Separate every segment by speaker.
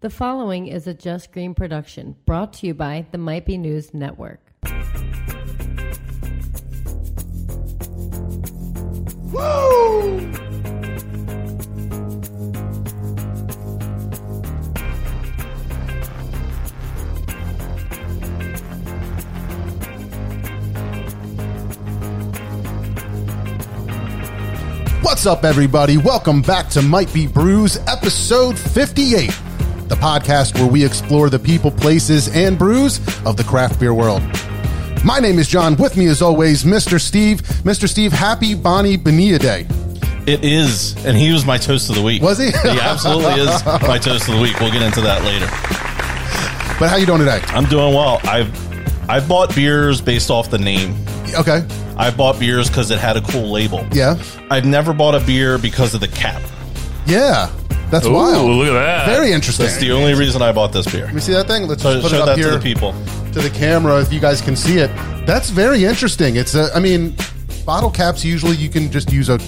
Speaker 1: The following is a Just Green production brought to you by the Might Be News Network.
Speaker 2: Woo! What's up, everybody? Welcome back to Might Be Brews, episode 58, the podcast where we explore the people, places, and brews of the craft beer world. My name is John. With me, as always, Mr. Steve. Mr. Steve, happy Bonnie Bonilla Day.
Speaker 3: It is, and he was my toast of the week.
Speaker 2: Was he?
Speaker 3: He absolutely is my toast of the week. We'll get into that later.
Speaker 2: But how you doing today?
Speaker 3: I'm doing well. I've I bought beers based off the name.
Speaker 2: Okay.
Speaker 3: I bought beers because it had a cool label.
Speaker 2: Yeah.
Speaker 3: I've never bought a beer because of the cap.
Speaker 2: Yeah. That's
Speaker 4: Ooh,
Speaker 2: wild.
Speaker 4: look at that.
Speaker 2: Very interesting.
Speaker 3: That's the only reason I bought this beer.
Speaker 2: Let me see that thing. Let's
Speaker 3: So
Speaker 2: just put it
Speaker 3: show
Speaker 2: up
Speaker 3: that
Speaker 2: here
Speaker 3: to the people.
Speaker 2: to the camera if you guys can see it. That's very interesting. It's a, I mean, bottle caps usually you can just use a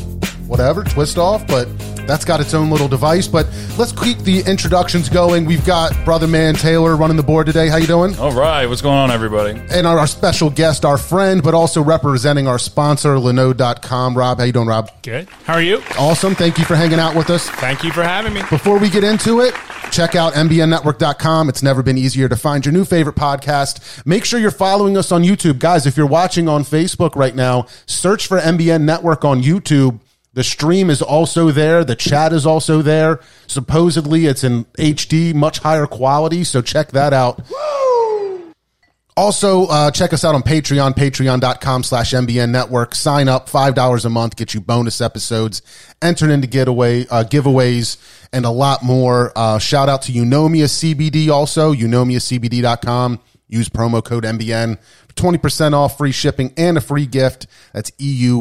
Speaker 2: whatever twist off, but that's got its own little device. But let's keep the introductions going. We've got brother man Taylor running the board today. How you doing?
Speaker 4: All right, what's going on, everybody?
Speaker 2: And our, our special guest, our friend, but also representing our sponsor, Leno.com. Rob, how you doing, Rob?
Speaker 4: Good. How are you?
Speaker 2: Awesome. Thank you for hanging out with us.
Speaker 4: Thank you for having me.
Speaker 2: Before we get into it, check out mbnnetwork.com. It's never been easier to find your new favorite podcast. Make sure you're following us on YouTube. Guys, if you're watching on Facebook right now, search for MBN Network on YouTube. The stream is also there. The chat is also there. Supposedly it's in HD, much higher quality. So check that out. Also, uh, check us out on Patreon, patreon.com slash MBN network. Sign up $5 a month, get you bonus episodes, enter into getaway, uh, giveaways, and a lot more. Uh, shout out to Unomia CBD also, unomiacbd.com. Use promo code MBN, 20% off free shipping and a free gift. That's E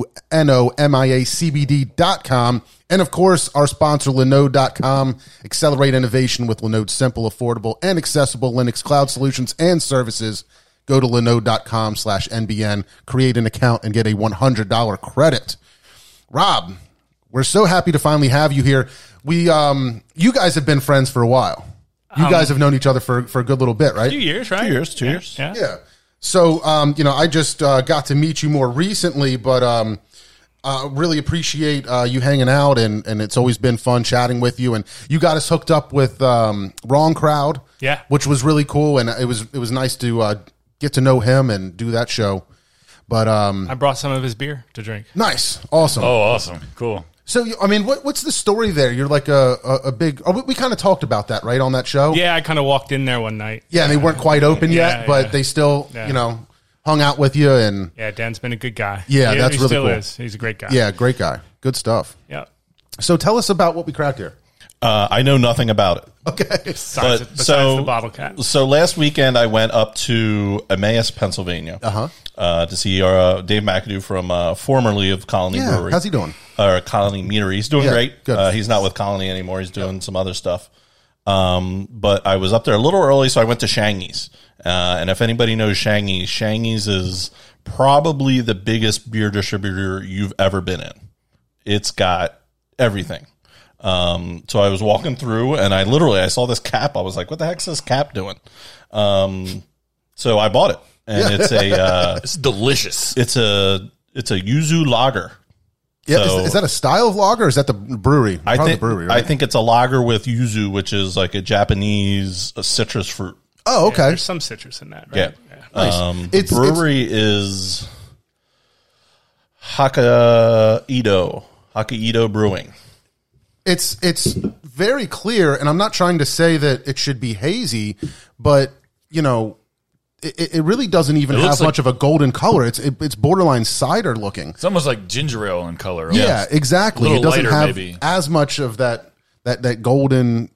Speaker 2: E-U-N-O-M-I-A-C-B-D.com. And of course, our sponsor, Linode.com. Accelerate innovation with Linode's simple, affordable, and accessible Linux cloud solutions and services. Go to linode.com slash NBN, create an account, and get a $100 credit. Rob, we're so happy to finally have you here. We, um, you guys have been friends for a while. You guys have known each other for, for a good little bit, right?
Speaker 4: Two years, right?
Speaker 3: Two years, two years.
Speaker 4: Yeah.
Speaker 2: Yeah. So, um, you know, I just uh, got to meet you more recently, but um, uh, really appreciate uh, you hanging out, and, and it's always been fun chatting with you. And you got us hooked up with um, Wrong Crowd,
Speaker 4: Yeah.
Speaker 2: which was really cool, and it was it was nice to uh, get to know him and do that show. But um,
Speaker 4: I brought some of his beer to drink.
Speaker 2: nice, awesome.
Speaker 4: Oh, awesome. Cool.
Speaker 2: So, you- I mean, what, what's the story there? You're like a a, a big. Oh, we, we kind of talked about that, right, on that show.
Speaker 4: Yeah, I kind of walked in there one night.
Speaker 2: Yeah, they weren't quite open
Speaker 4: Yeah,
Speaker 2: yet, but
Speaker 4: yeah.
Speaker 2: they still,
Speaker 4: Yeah.
Speaker 2: you know, hung out with you and.
Speaker 4: Yeah, Dan's been a good guy.
Speaker 2: Yeah, that's
Speaker 4: he
Speaker 2: really
Speaker 4: still
Speaker 2: cool.
Speaker 4: is. He's a great guy.
Speaker 2: Yeah, great guy. Good stuff.
Speaker 4: Yeah.
Speaker 2: So tell us about what we cracked here.
Speaker 3: Uh, I know nothing about it.
Speaker 2: Okay.
Speaker 4: Besides,
Speaker 3: But-
Speaker 4: besides
Speaker 3: so-
Speaker 4: the bottle cap.
Speaker 3: So last weekend I went up to Emmaus, Pennsylvania, uh-huh. to see our, uh, Dave McAdoo from uh, formerly of Colony
Speaker 2: Yeah,
Speaker 3: Brewery.
Speaker 2: how's he doing?
Speaker 3: Or Colony Meadery. He's doing
Speaker 2: Yeah,
Speaker 3: great.
Speaker 2: good.
Speaker 3: Uh, he's not with Colony anymore. He's doing some other stuff. Um, but I was up there a little early, so I went to Shangy's. Uh, and if anybody knows Shangy's, Shangy's is probably the biggest beer distributor you've ever been in. It's got everything. Um, so I was walking through, and I literally I saw this cap. I was like, "What the heck's this cap doing?" Um, so I bought it, and it's a uh,
Speaker 5: It's delicious.
Speaker 3: it's a it's a yuzu lager.
Speaker 2: Yeah,
Speaker 3: So-
Speaker 2: is, is that a style of lager or is that the brewery?
Speaker 3: I
Speaker 2: Probably
Speaker 3: think
Speaker 2: the brewery, right?
Speaker 3: I think it's a lager with yuzu, which is like a Japanese a citrus fruit.
Speaker 2: oh, okay.
Speaker 4: There's some citrus in that,
Speaker 3: Yeah,
Speaker 4: right?
Speaker 2: Nice.
Speaker 3: um, the
Speaker 2: It's- it's-
Speaker 3: brewery is Hakaido Hakaido Brewing.
Speaker 2: It's it's very clear, and I'm not trying to say that it should be hazy, but you know, it, it- it really doesn't even
Speaker 5: It looks
Speaker 2: have
Speaker 5: like-
Speaker 2: much of a golden color. It's it, it's borderline cider looking.
Speaker 5: It's almost like ginger ale in color.
Speaker 2: Yeah, exactly.
Speaker 5: Little
Speaker 2: It doesn't
Speaker 5: lighter,
Speaker 2: have
Speaker 5: maybe.
Speaker 2: as much of that that that golden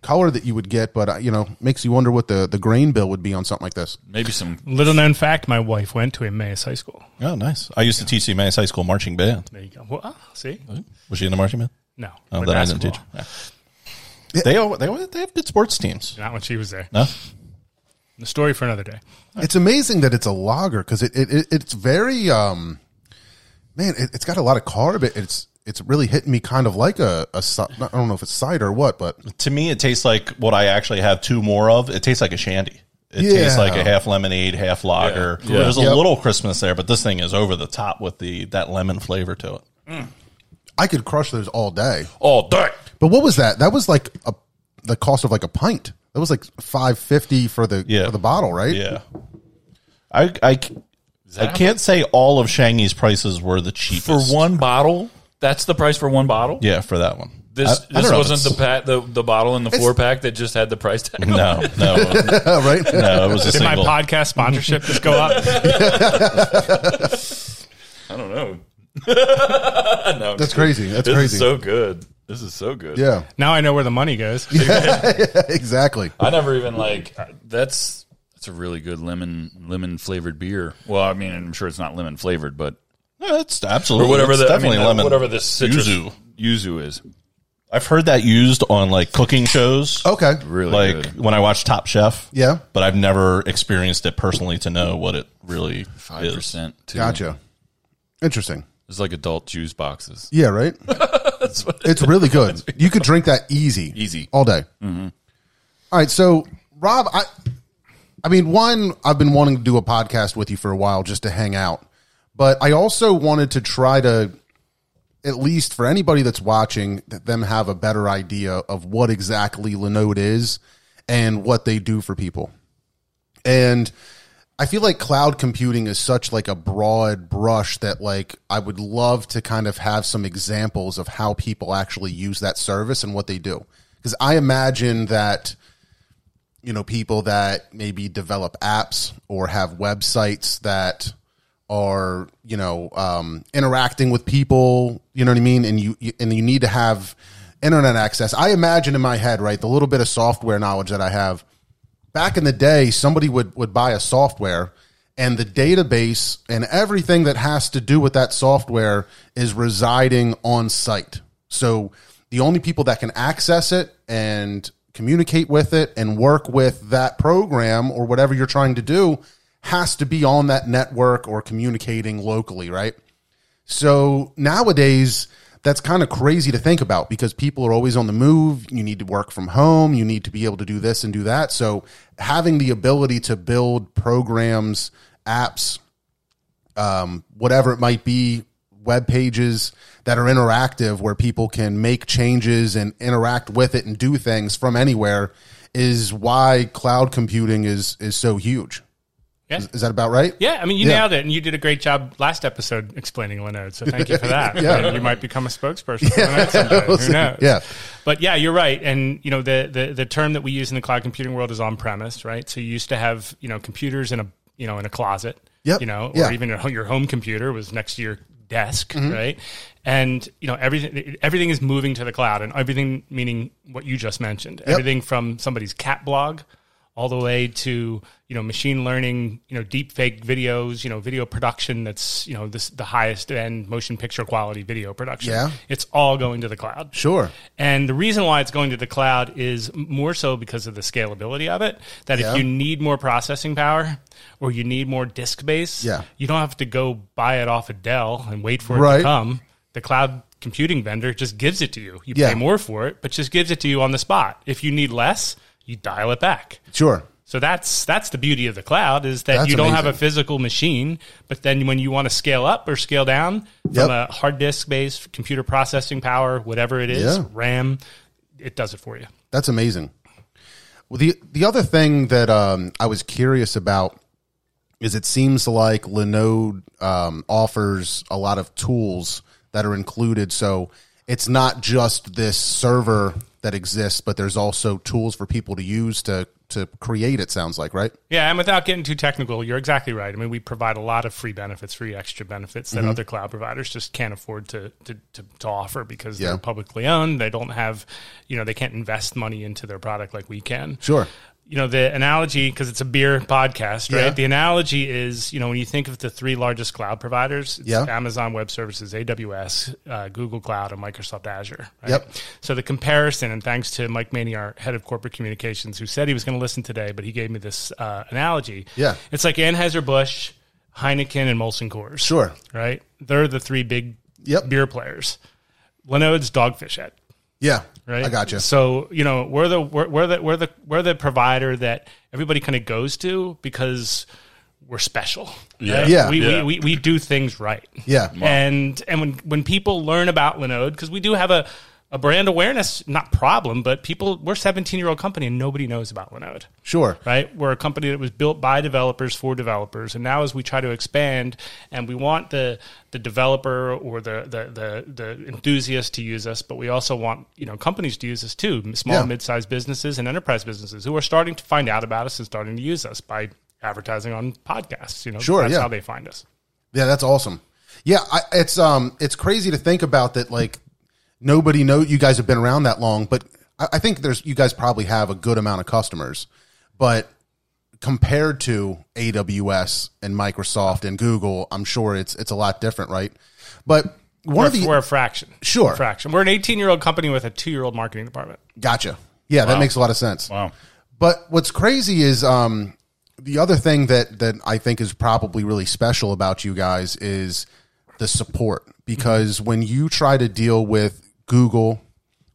Speaker 2: color that you would get, but uh, you know, makes you wonder what the the grain bill would be on something like this.
Speaker 5: Maybe some.
Speaker 4: Little known fact, my wife went to Emmaus High School.
Speaker 3: Oh, nice! I used to teach the Emmaus High School marching band.
Speaker 4: There you go. Well, ah, see?
Speaker 3: Was she in the marching band?
Speaker 4: No.
Speaker 3: Oh,
Speaker 4: but
Speaker 3: that I didn't
Speaker 4: basketball.
Speaker 3: teach. Yeah. They all, they all, they have good sports teams.
Speaker 4: Not when she was there.
Speaker 3: No,
Speaker 4: The story for another day.
Speaker 2: It's amazing that it's a lager because it, it, it it's very um man it, it's got a lot of carb it, it's it's really hitting me kind of like a, a ci- I don't know if it's cider or what, but
Speaker 3: To me, it tastes like what I actually have two more of. It tastes like a shandy. It
Speaker 2: Yeah.
Speaker 3: tastes like a half lemonade, half lager.
Speaker 5: Yeah.
Speaker 3: There's a
Speaker 2: Yep.
Speaker 3: little Christmas there, but this thing is over the top with the that lemon flavor to it.
Speaker 2: I could crush those all day.
Speaker 5: All day.
Speaker 2: But what was that? That was like a the cost of like a pint. That was like five fifty for the
Speaker 3: Yeah.
Speaker 2: for the bottle, right?
Speaker 3: Yeah, I I, I can't say all of Shangy's prices were the cheapest
Speaker 5: For one bottle? That's the price for one bottle?
Speaker 3: Yeah, for that one.
Speaker 5: This
Speaker 3: I- I
Speaker 5: this
Speaker 3: don't know if
Speaker 5: wasn't the pack the, the bottle in the four pack that just had the price tag. on it?
Speaker 3: No, no,
Speaker 2: right.
Speaker 3: no. It was a
Speaker 4: Did my
Speaker 3: single.
Speaker 4: podcast sponsorship just go up?
Speaker 5: I don't know. no,
Speaker 2: That's crazy. That's
Speaker 5: this
Speaker 2: crazy.
Speaker 5: is so good. This is so good.
Speaker 2: yeah,
Speaker 4: now I know where the money goes.
Speaker 2: exactly.
Speaker 5: I never even like that's that's a really good lemon lemon flavored beer. Well, I mean, I'm sure it's not lemon flavored, but
Speaker 3: No, it's absolutely
Speaker 5: or whatever
Speaker 3: it's
Speaker 5: the
Speaker 3: definitely
Speaker 5: I mean, uh,
Speaker 3: lemon.
Speaker 5: whatever the citrus
Speaker 3: Yuzu.
Speaker 5: yuzu is.
Speaker 3: I've heard that used on like cooking shows.
Speaker 2: Okay.
Speaker 5: Really
Speaker 3: like
Speaker 5: good.
Speaker 3: when I watch Top Chef.
Speaker 2: Yeah.
Speaker 3: but I've never experienced it personally to know what it really
Speaker 5: Five
Speaker 3: is.
Speaker 5: percent. too.
Speaker 2: Gotcha. Interesting.
Speaker 5: It's like adult juice boxes.
Speaker 2: Yeah. Right. it's really good. You could drink that easy,
Speaker 5: Easy. Mm-hmm.
Speaker 2: all day. All right. So, Rob, I, I mean, one, I've been wanting to do a podcast with you for a while just to hang out, but I also wanted to try to, at least for anybody that's watching, that them have a better idea of what exactly Linode is and what they do for people. And I feel like cloud computing is such like a broad brush that like I would love to kind of have some examples of how people actually use that service and what they do. Cuz I imagine that you know people that maybe develop apps or have websites that are you know um, interacting with people you know what i mean and you you- and you need to have internet access i imagine in my head right the little bit of software knowledge that i have back in the day somebody would would buy a software and the database and everything that has to do with that software is residing on site so the only people that can access it and communicate with it and work with that program or whatever you're trying to do has to be on that network or communicating locally, right? So nowadays, that's kind of crazy to think about because people are always on the move. You need to work from home. You need to be able to do this and do that. So having the ability to build programs, apps, um, whatever it might be, web pages that are interactive where people can make changes and interact with it and do things from anywhere is why cloud computing is is so huge.
Speaker 4: Yeah.
Speaker 2: Is, is that about right?
Speaker 4: Yeah, I mean, you
Speaker 2: Yeah.
Speaker 4: nailed it, and you did a great job last episode explaining Linode. So thank you for that.
Speaker 2: Yeah.
Speaker 4: And you might become a spokesperson for Linode someday. Who knows?
Speaker 2: Yeah.
Speaker 4: But yeah, you're right. And you know, the, the the term that we use in the cloud computing world is on premise, right? So you used to have you know computers in a you know in a closet.
Speaker 2: Yep.
Speaker 4: You know, or
Speaker 2: Yeah. Mm-hmm.
Speaker 4: even your ho- your home computer was next to your desk, right? And you know everything everything is moving to the cloud, and everything meaning what you just mentioned, everything from somebody's cat blog all the way to you know machine learning, you know deep fake videos, you know video production that's you know this the highest end motion picture quality video production.
Speaker 2: Yeah.
Speaker 4: It's all going to the cloud.
Speaker 2: Sure.
Speaker 4: And the reason why it's going to the cloud is more so because of the scalability of it. That
Speaker 2: Yeah.
Speaker 4: if you need more processing power or you need more disk space,
Speaker 2: Yeah.
Speaker 4: you don't have to go buy it off of Dell and wait for it
Speaker 2: Right.
Speaker 4: to come. The cloud computing vendor just gives it to you. You
Speaker 2: Yeah.
Speaker 4: pay more for it, but just gives it to you on the spot. If you need less, you dial it back.
Speaker 2: Sure.
Speaker 4: So that's that's the beauty of the cloud is that
Speaker 2: That's
Speaker 4: you don't have a
Speaker 2: amazing.
Speaker 4: physical machine, but then when you want to scale up or scale down from
Speaker 2: Yep.
Speaker 4: a hard disk based computer processing power, whatever it is,
Speaker 2: Yeah.
Speaker 4: RAM, it does it for you.
Speaker 2: That's amazing. Well, the the other thing that um, I was curious about is it seems like Linode um, offers a lot of tools that are included. So it's not just this server that exists, but there's also tools for people to use to to create. It sounds like right.
Speaker 4: Yeah, and without getting too technical, you're exactly right. I mean, we provide a lot of free benefits, free extra benefits
Speaker 2: Mm-hmm.
Speaker 4: that other cloud providers just can't afford to to, to, to offer because
Speaker 2: Yeah.
Speaker 4: they're publicly owned. They don't have, you know, they can't invest money into their product like we can.
Speaker 2: Sure.
Speaker 4: you know the analogy because it's a beer podcast right
Speaker 2: Yeah.
Speaker 4: the analogy is you know when you think of the three largest cloud providers it's
Speaker 2: Yeah.
Speaker 4: amazon web services aws uh, google cloud and microsoft azure right?
Speaker 2: Yep.
Speaker 4: so the comparison and thanks to mike maney our head of corporate communications who said he was going to listen today but he gave me this uh, analogy
Speaker 2: Yeah.
Speaker 4: it's like anheuser-busch heineken and molson coors
Speaker 2: Sure.
Speaker 4: right? They're the three big
Speaker 2: Yep.
Speaker 4: beer players. Linode's Dogfish Head.
Speaker 2: Yeah,
Speaker 4: right?
Speaker 2: I got you.
Speaker 4: So you know we're the we're, we're the we're the we're the provider that everybody kind of goes to because we're special. Yeah,
Speaker 2: Yeah.
Speaker 4: We,
Speaker 5: Yeah.
Speaker 4: We, we we do things right.
Speaker 2: Yeah.
Speaker 4: and and when when people learn about Linode because we do have a. A brand awareness, not problem, but people. We're a seventeen-year-old company, and nobody knows about Linode
Speaker 2: Sure.
Speaker 4: right? We're a company that was built by developers for developers, and now as we try to expand, and we want the the developer or the the the, the enthusiast to use us, but we also want you know companies to use us too, m- small,
Speaker 2: Yeah.
Speaker 4: mid sized businesses and enterprise businesses who are starting to find out about us and starting to use us by advertising on podcasts. You know,
Speaker 2: Sure,
Speaker 4: that's
Speaker 2: yeah.
Speaker 4: how they find us.
Speaker 2: Yeah, that's awesome. Yeah, I, it's um, it's crazy to think about that. Like nobody know you guys have been around that long, but I, I think there's you guys probably have a good amount of customers, but compared to AWS and Microsoft and Google, I'm sure it's it's a lot different, right? But one
Speaker 4: We're,
Speaker 2: of the
Speaker 4: we're a fraction,
Speaker 2: Sure.
Speaker 4: fraction. We're an eighteen-year-old company with a two-year-old marketing department.
Speaker 2: Gotcha. Yeah, that makes a lot of sense.
Speaker 5: Wow.
Speaker 2: But what's crazy is um, the other thing that that I think is probably really special about you guys is the support because when you try to deal with Google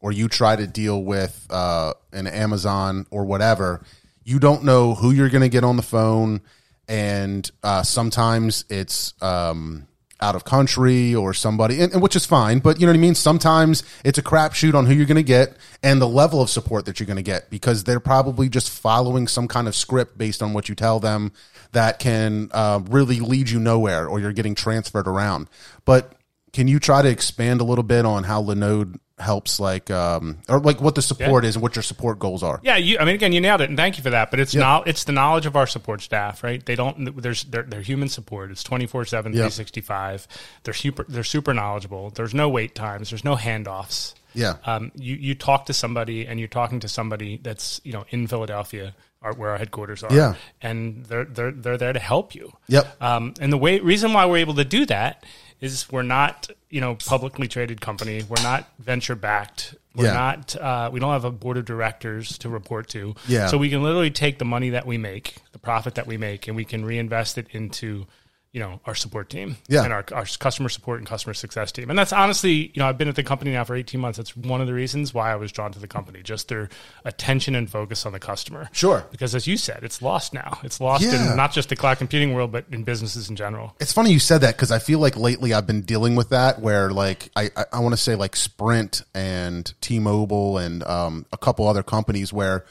Speaker 2: or you try to deal with uh, an Amazon or whatever, you don't know who you're going to get on the phone, and uh, sometimes it's um, out of country or somebody, and, and which is fine. But you know what I mean. Sometimes it's a crapshoot on who you're going to get and the level of support that you're going to get because they're probably just following some kind of script based on what you tell them that can uh, really lead you nowhere, or you're getting transferred around. But can you try to expand a little bit on how Linode helps, like, um, or like what the support is and what your support goals are?
Speaker 4: Yeah, you, I mean, again, you nailed it, and thank you for that. But it's not it's the knowledge of our support staff, right? They don't there's they're, they're human support. It's 24 7 365 They're super they're super knowledgeable. There's no wait times. There's no handoffs.
Speaker 2: Yeah.
Speaker 4: Um, you you talk to somebody, and you're talking to somebody that's you know in Philadelphia, or where our headquarters are.
Speaker 2: Yeah.
Speaker 4: and they're they're they're there to help you.
Speaker 2: Yep.
Speaker 4: Um, and the way reason why we're able to do that is we're not you know publicly traded company. We're not venture backed. We're
Speaker 2: Yeah.
Speaker 4: not. Uh, we don't have a board of directors to report to.
Speaker 2: Yeah.
Speaker 4: So we can literally take the money that we make, the profit that we make, and we can reinvest it into you know our support team
Speaker 2: Yeah.
Speaker 4: and our, our customer support and customer success team. And that's honestly, you know, I've been at the company now for 18 months. That's one of the reasons why I was drawn to the company, just their attention and focus on the customer.
Speaker 2: Sure.
Speaker 4: Because as you said, it's lost now. It's lost
Speaker 2: Yeah.
Speaker 4: in not just the cloud computing world, but in businesses in general.
Speaker 2: It's funny you said that because I feel like lately I've been dealing with that where like I, I, I want to say like Sprint and T-Mobile and um, a couple other companies where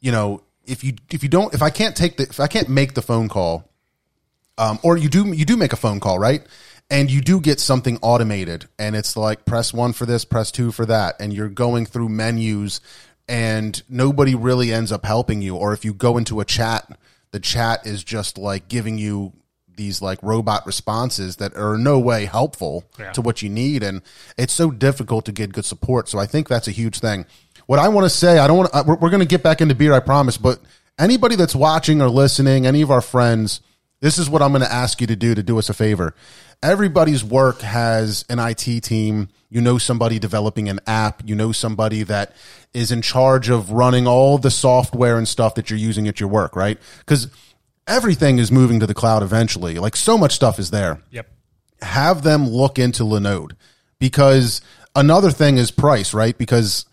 Speaker 2: you know if you if you don't if I can't take the if I can't make the phone call um, or you do you do make a phone call right and you do get something automated and it's like press one for this press two for that and you're going through menus and nobody really ends up helping you or if you go into a chat the chat is just like giving you these like robot responses that are in no way helpful to what you need and it's so difficult to get good support so i think that's a huge thing what i want to say i don't want to we're, we're going to get back into beer i promise but anybody that's watching or listening any of our friends this is what I'm going to ask you to do to do us a favor. Everybody's work has an IT team. You know somebody developing an app. You know somebody that is in charge of running all the software and stuff that you're using at your work, right? Because everything is moving to the cloud eventually. Like so much stuff is there
Speaker 4: Yep.
Speaker 2: have them look into Linode because another thing is price, right? Because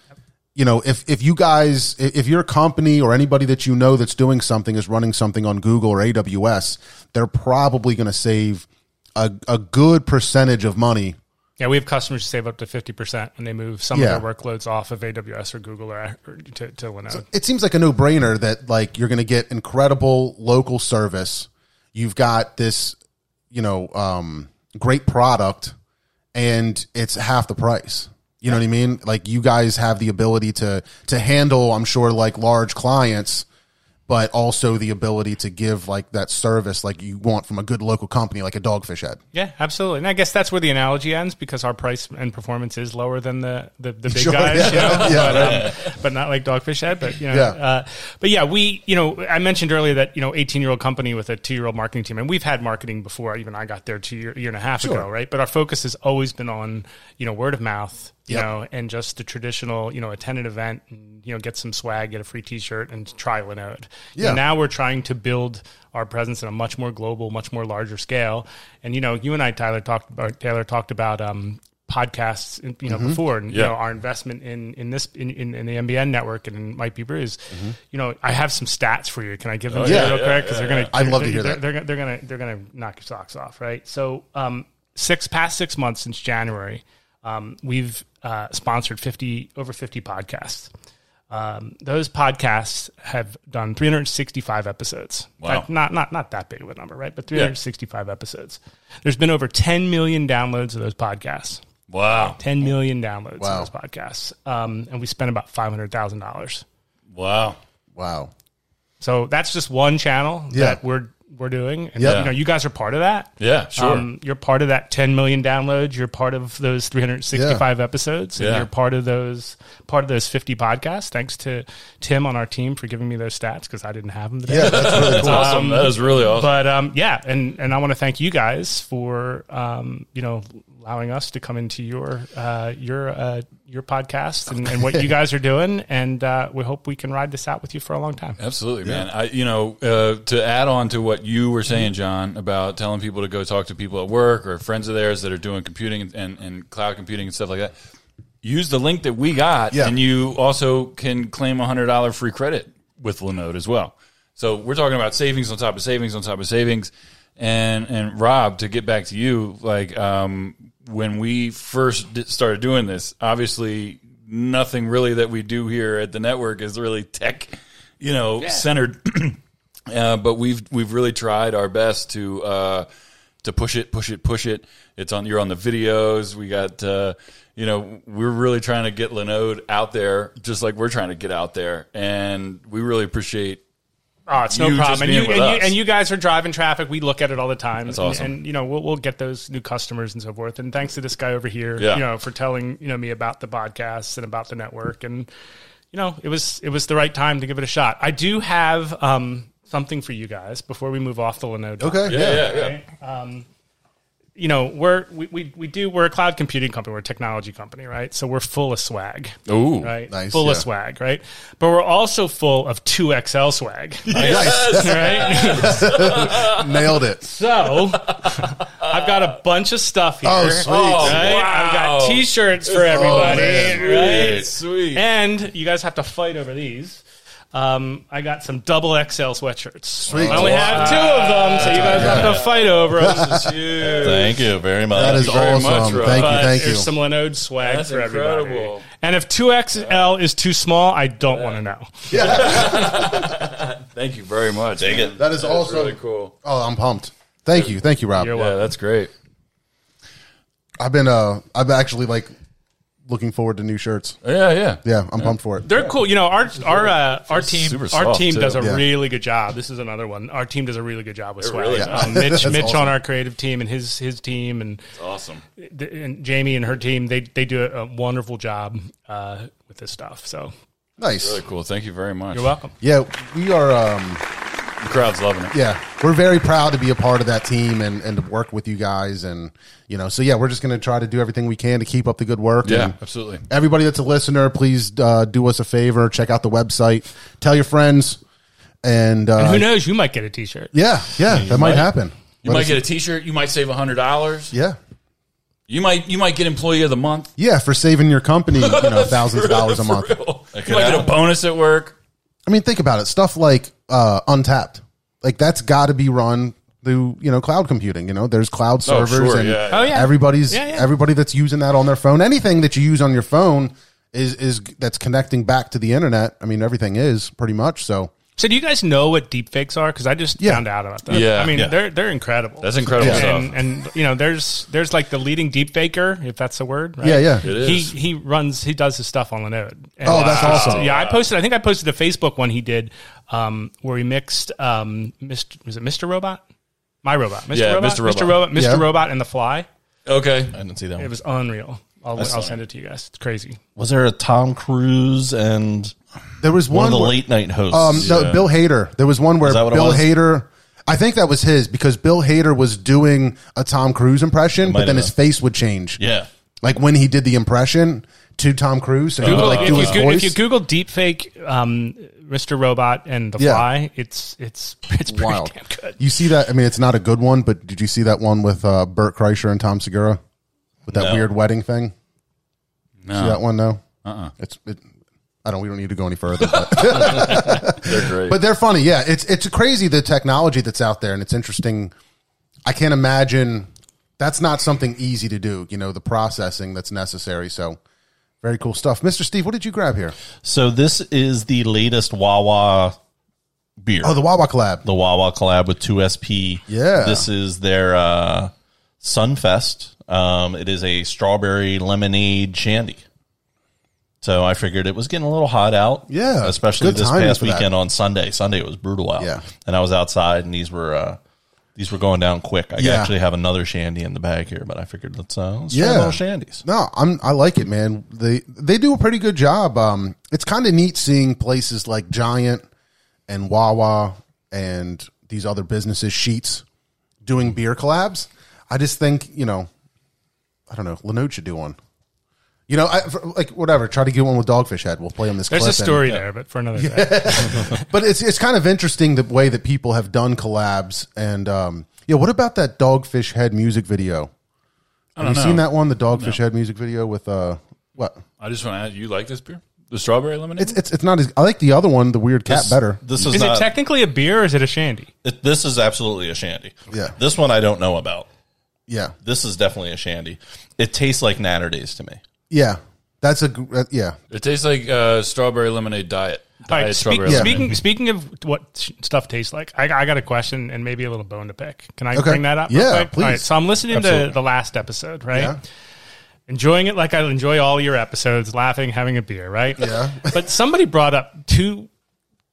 Speaker 2: you know, if if you guys, i- if your company or anybody that you know that's doing something is running something on Google or AWS, they're probably going to save a, a good percentage of money.
Speaker 4: Yeah, we have customers who save up to 50% when they move some
Speaker 2: Yeah.
Speaker 4: of their workloads off of AWS or Google or, or to, to Linode.
Speaker 2: It seems like a no brainer that like you're going to get incredible local service. You've got this, you know, um, great product, and it's half the price. You know what I mean? Like you guys have the ability to to handle, I'm sure, like large clients, but also the ability to give like that service like you want from a good local company, like a Dogfish Head.
Speaker 4: Yeah, absolutely. And I guess that's where the analogy ends because our price and performance is lower than the the, the big
Speaker 2: Sure,
Speaker 4: guys,
Speaker 2: yeah,
Speaker 4: you know,
Speaker 2: yeah.
Speaker 4: But, um, but not like Dogfish Head. But you know,
Speaker 2: Yeah.
Speaker 4: Uh, but yeah, we you know I mentioned earlier that you know 18 year old company with a two year old marketing team, and we've had marketing before. Even I got there two year year and a half ago, right? But our focus has always been on you know word of mouth, you
Speaker 2: Yep.
Speaker 4: know, and just the traditional you know attend an event, and, you know, get some swag, get a free T shirt, and try Linode. You know,
Speaker 2: Yeah.
Speaker 4: now we're trying to build our presence in a much more global, much more larger scale. And you know, you and I, Tyler talked about Taylor talked about um, po- podcasts, in- you know,
Speaker 2: Mm-hmm.
Speaker 4: before, and you know, our investment in in this in, in, in the MBN network and in Might Be Brews. You know, I have some stats for you. Can I give them to
Speaker 2: Mm-hmm. Oh, yeah,
Speaker 4: you real quick? Because they're gonna.
Speaker 2: I'd love to hear
Speaker 4: they're-
Speaker 2: that.
Speaker 4: They're, gonna- they're gonna they're gonna knock your socks off, right? So, um, six past six months since January, um, we've uh, sponsored fifty over fifty podcasts. Um, those podcasts have done 365 episodes.
Speaker 5: Wow.
Speaker 4: That- not not not that big of a number, right? But 365 episodes. There's been over 10 million downloads of those podcasts.
Speaker 5: Wow.
Speaker 4: 10 million downloads
Speaker 2: Wow.
Speaker 4: of those podcasts. Um, and we spent about $500,000.
Speaker 5: Wow.
Speaker 2: Wow.
Speaker 4: So that's just one channel
Speaker 2: Yeah.
Speaker 4: that we're we're doing. And
Speaker 2: Yeah.
Speaker 4: you know, you guys are part of that.
Speaker 5: Yeah, sure.
Speaker 4: Um, you're part of that 10 million downloads. You're part of those 365 episodes. And
Speaker 5: Yeah.
Speaker 4: you're part of those part of those 50 podcasts. Thanks to Tim on our team for giving me those stats because I didn't have them today. Um,
Speaker 2: Yeah, that's really cool.
Speaker 5: awesome. that is really awesome.
Speaker 4: But um, yeah, and and I want to thank you guys for um, you know allowing us to come into your uh, your uh, your podcast and, and what you guys are doing, and uh, we hope we can ride this out with you for a long time.
Speaker 5: Absolutely, man. I, you know, uh, to add on to what you were saying, John, about telling people to go talk to people at work or friends of theirs that are doing computing and, and cloud computing and stuff like that. Use the link that we got,
Speaker 2: Yeah.
Speaker 5: and you also can claim a hundred dollar free credit with Linode as well. So we're talking about savings on top of savings on top of savings. And and Rob, to get back to you, like um, when we first di- started doing this, obviously nothing really that we do here at the network is really tech, you know, centered. uh, but we've we've really tried our best to uh, to push it, push it, push it. It's on you're on the videos. We got uh, you know we're really trying to get Linode out there, just like we're trying to get out there, and we really appreciate.
Speaker 4: Oh, it's no
Speaker 5: You just
Speaker 4: problem. And
Speaker 5: being
Speaker 4: you,
Speaker 5: with
Speaker 4: and, you,
Speaker 5: us.
Speaker 4: and you guys are driving traffic. We look at it all the time. That's
Speaker 5: awesome.
Speaker 4: And, you know, we'll, we'll get those new customers and so forth. And thanks to this guy over here,
Speaker 5: Yeah.
Speaker 4: you know, for telling you know me about the podcast and about the network. And you know, it was it was the right time to give it a shot. I do have um, something for you guys before we move off the Linode.
Speaker 2: Okay. Yeah.
Speaker 5: yeah, yeah.
Speaker 4: You know, we're we, we, we do we're a cloud computing company. We're a technology company, right? So we're full of swag.
Speaker 5: Ooh,
Speaker 4: Right,
Speaker 2: Nice,
Speaker 4: full of
Speaker 2: yeah.
Speaker 4: swag, right? But we're also full of two XL swag, right?
Speaker 2: Nailed it.
Speaker 4: So I've got a bunch of stuff here.
Speaker 2: Oh, sweet.
Speaker 5: Oh,
Speaker 4: right? I've got
Speaker 5: wow. Oh,
Speaker 4: T-shirts for everybody,
Speaker 2: man.
Speaker 4: right?
Speaker 5: Sweet.
Speaker 4: And you guys have to fight over these. Um, I got some double XL sweatshirts.
Speaker 2: Sweet.
Speaker 4: I only have two of them, so you guys have to fight over them.
Speaker 5: This is huge.
Speaker 3: Thank you very much.
Speaker 2: That is
Speaker 5: very
Speaker 2: awesome.
Speaker 5: much, Rob.
Speaker 2: thank you.
Speaker 4: But
Speaker 2: Thank you.
Speaker 4: there's some Linode swag
Speaker 5: That's
Speaker 4: for
Speaker 5: incredible.
Speaker 4: everybody. And if two XL is too small, I don't want to know.
Speaker 5: Thank you very much.
Speaker 3: Dig
Speaker 5: man.
Speaker 3: it.
Speaker 2: that is
Speaker 5: That's
Speaker 2: awesome.
Speaker 5: really cool.
Speaker 2: Oh, I'm pumped. Thank you. Thank you, Rob.
Speaker 4: You're
Speaker 5: Yeah, that's great.
Speaker 2: I've been uh I've actually like looking forward to new shirts.
Speaker 5: Oh, Yeah, yeah.
Speaker 2: Yeah, I'm pumped for it.
Speaker 4: They're cool. You know, our our uh, our
Speaker 5: super
Speaker 4: team our
Speaker 5: soft,
Speaker 4: team
Speaker 5: too.
Speaker 4: does a
Speaker 2: Yeah.
Speaker 4: really good job. This is another one. Our team does a really good job with swag.
Speaker 5: really
Speaker 4: Um, Mitch
Speaker 2: That's
Speaker 4: Mitch
Speaker 2: awesome.
Speaker 4: on our creative team and his his team and
Speaker 5: Awesome.
Speaker 4: th- and Jamie and her team they they do a, a wonderful job uh, with this stuff. So
Speaker 2: Nice.
Speaker 5: Really cool. Thank you very much.
Speaker 4: you're welcome.
Speaker 2: Yeah, we are um
Speaker 5: The crowd's loving it.
Speaker 2: yeah, we're very proud to be a part of that team and, and to work with you guys and you know, so yeah, we're just gonna try to do everything we can to keep up the good work.
Speaker 5: Yeah,
Speaker 2: and
Speaker 5: absolutely.
Speaker 2: Everybody that's a listener, please uh, do us a favor, check out the website, tell your friends and, uh,
Speaker 4: And who knows? You might get a T-shirt.
Speaker 2: Yeah, yeah, that might, happen.
Speaker 5: You might get a T-shirt. You might save hundred dollars.
Speaker 2: yeah.
Speaker 5: You might you might get employee of the month.
Speaker 2: Yeah, for saving your company, you know, thousands of dollars a month.
Speaker 5: You might get a bonus at work.
Speaker 2: I mean, think about it. Stuff like uh, Untapped, like that's got to be run through you know cloud computing. You know, there's cloud servers
Speaker 5: sure,
Speaker 2: and
Speaker 5: yeah, yeah.
Speaker 4: Oh, yeah.
Speaker 2: everybody's
Speaker 4: Yeah, yeah.
Speaker 2: everybody that's using that on their phone. Anything that you use on your phone is is that's connecting back to the internet. I mean, everything is pretty much so.
Speaker 4: So do you guys know what deepfakes are? Because I just
Speaker 2: Yeah.
Speaker 4: found out about them.
Speaker 5: Yeah.
Speaker 4: I mean
Speaker 5: Yeah.
Speaker 4: they're they're incredible.
Speaker 5: That's incredible stuff.
Speaker 4: and, and you know there's there's like the leading deepfaker if that's the word right?
Speaker 2: Yeah, yeah. It
Speaker 5: is.
Speaker 4: he he runs he does his stuff on linode And
Speaker 2: Oh, that's
Speaker 4: it's-
Speaker 2: awesome.
Speaker 4: yeah i posted i think i posted a facebook one he did um where he mixed um mr was it mr robot my robot mr
Speaker 5: Yeah,
Speaker 4: robot
Speaker 5: Mr. Robot.
Speaker 4: mr robot mr
Speaker 2: Yeah.
Speaker 4: robot and the fly
Speaker 5: Okay.
Speaker 3: I didn't see that
Speaker 4: it
Speaker 3: one.
Speaker 4: was unreal i'll,
Speaker 3: saw
Speaker 4: I'll send it to you guys it's crazy
Speaker 3: Was there a Tom Cruise and
Speaker 2: There was
Speaker 3: one,
Speaker 2: one,
Speaker 3: of the
Speaker 2: where-
Speaker 3: late night hosts?
Speaker 2: Um, no, Bill Hader. There was one where
Speaker 3: that what it
Speaker 2: Bill
Speaker 3: was?
Speaker 2: Hader. I think that was his because Bill Hader was doing a Tom Cruise impression, but
Speaker 3: have
Speaker 2: then his
Speaker 3: been.
Speaker 2: face would change.
Speaker 3: yeah.
Speaker 2: like when he did the impression to Tom Cruise, so he would
Speaker 4: Google-
Speaker 2: like
Speaker 4: Oh, if,
Speaker 2: do
Speaker 4: you
Speaker 2: his
Speaker 4: Goo- if
Speaker 2: voice.
Speaker 4: you google deepfake um mr robot and the
Speaker 2: Yeah.
Speaker 4: fly it's it's it's pretty
Speaker 2: Wild.
Speaker 4: damn good
Speaker 2: You see that? I mean, it's not a good one, but did you see that one with uh, Burt Kreischer and Tom Segura? with that
Speaker 3: No.
Speaker 2: weird wedding thing.
Speaker 5: No.
Speaker 2: See that one? No.
Speaker 5: Uh-uh.
Speaker 2: It's. It, I don't. We don't need to go any further. But.
Speaker 5: They're great.
Speaker 2: But they're funny. Yeah, it's it's crazy the technology that's out there, and it's interesting. I can't imagine that's not something easy to do. You know, the processing that's necessary. So, very cool stuff, Mister Steve. What did you grab here?
Speaker 3: So this is the latest Wawa beer.
Speaker 2: Oh, the Wawa collab.
Speaker 3: the Wawa collab with 2SP.
Speaker 2: Yeah.
Speaker 3: This is their uh, Sunfest. Um, it is a strawberry lemonade shandy. So I figured it was getting a little hot out.
Speaker 2: Yeah,
Speaker 3: Especially
Speaker 2: good
Speaker 3: this
Speaker 2: timing
Speaker 3: past
Speaker 2: for that.
Speaker 3: weekend on Sunday. Sunday it was brutal out.
Speaker 2: Yeah.
Speaker 3: And I was outside and these were uh, these were going down quick. I
Speaker 2: Yeah.
Speaker 3: actually have another shandy in the bag here, but I figured let's uh let's
Speaker 2: Yeah.
Speaker 3: try little shandies.
Speaker 2: No, I'm I like it, man. They they do a pretty good job. Um, it's kind of neat seeing places like Giant and Wawa and these other businesses, Sheets, doing beer collabs. I just think you know, I don't know, Linode should do one. You know, I, for- like whatever. Try to get one with Dogfish Head. We'll play on this.
Speaker 4: There's
Speaker 2: clip
Speaker 4: a
Speaker 2: and-
Speaker 4: story there, but for another day.
Speaker 2: but it's it's kind of interesting the way that people have done collabs. And um, yeah, what about that Dogfish Head music video? Have you seen that one? The Dogfish Head music video with uh, what?
Speaker 5: I just want to ask you like this beer? The strawberry lemonade?
Speaker 2: It's it's it's not as I like the other one, the weird cat
Speaker 3: This-
Speaker 2: better.
Speaker 3: This is,
Speaker 4: Is
Speaker 3: not,
Speaker 4: it technically a beer or is it a shandy?
Speaker 3: it- this is absolutely a shandy.
Speaker 2: Yeah.
Speaker 3: This one I don't know about.
Speaker 2: Yeah,
Speaker 3: This is definitely a shandy. It tastes like Natterdays to me.
Speaker 2: yeah, that's a gr- uh, yeah.
Speaker 5: it tastes like uh, strawberry lemonade diet.
Speaker 4: All
Speaker 5: diet
Speaker 4: right, speak,
Speaker 5: strawberry lemonade.
Speaker 4: speaking speaking of what sh- stuff tastes like, I, I got a question and maybe a little bone to pick. Can I
Speaker 2: Okay.
Speaker 4: bring that up?
Speaker 2: Yeah,
Speaker 4: All right,
Speaker 2: please.
Speaker 4: so I'm listening
Speaker 3: Absolutely.
Speaker 4: to the last episode, right?
Speaker 2: Yeah.
Speaker 4: Enjoying it like I enjoy all your episodes, laughing, having a beer, right?
Speaker 2: Yeah.
Speaker 4: but somebody brought up two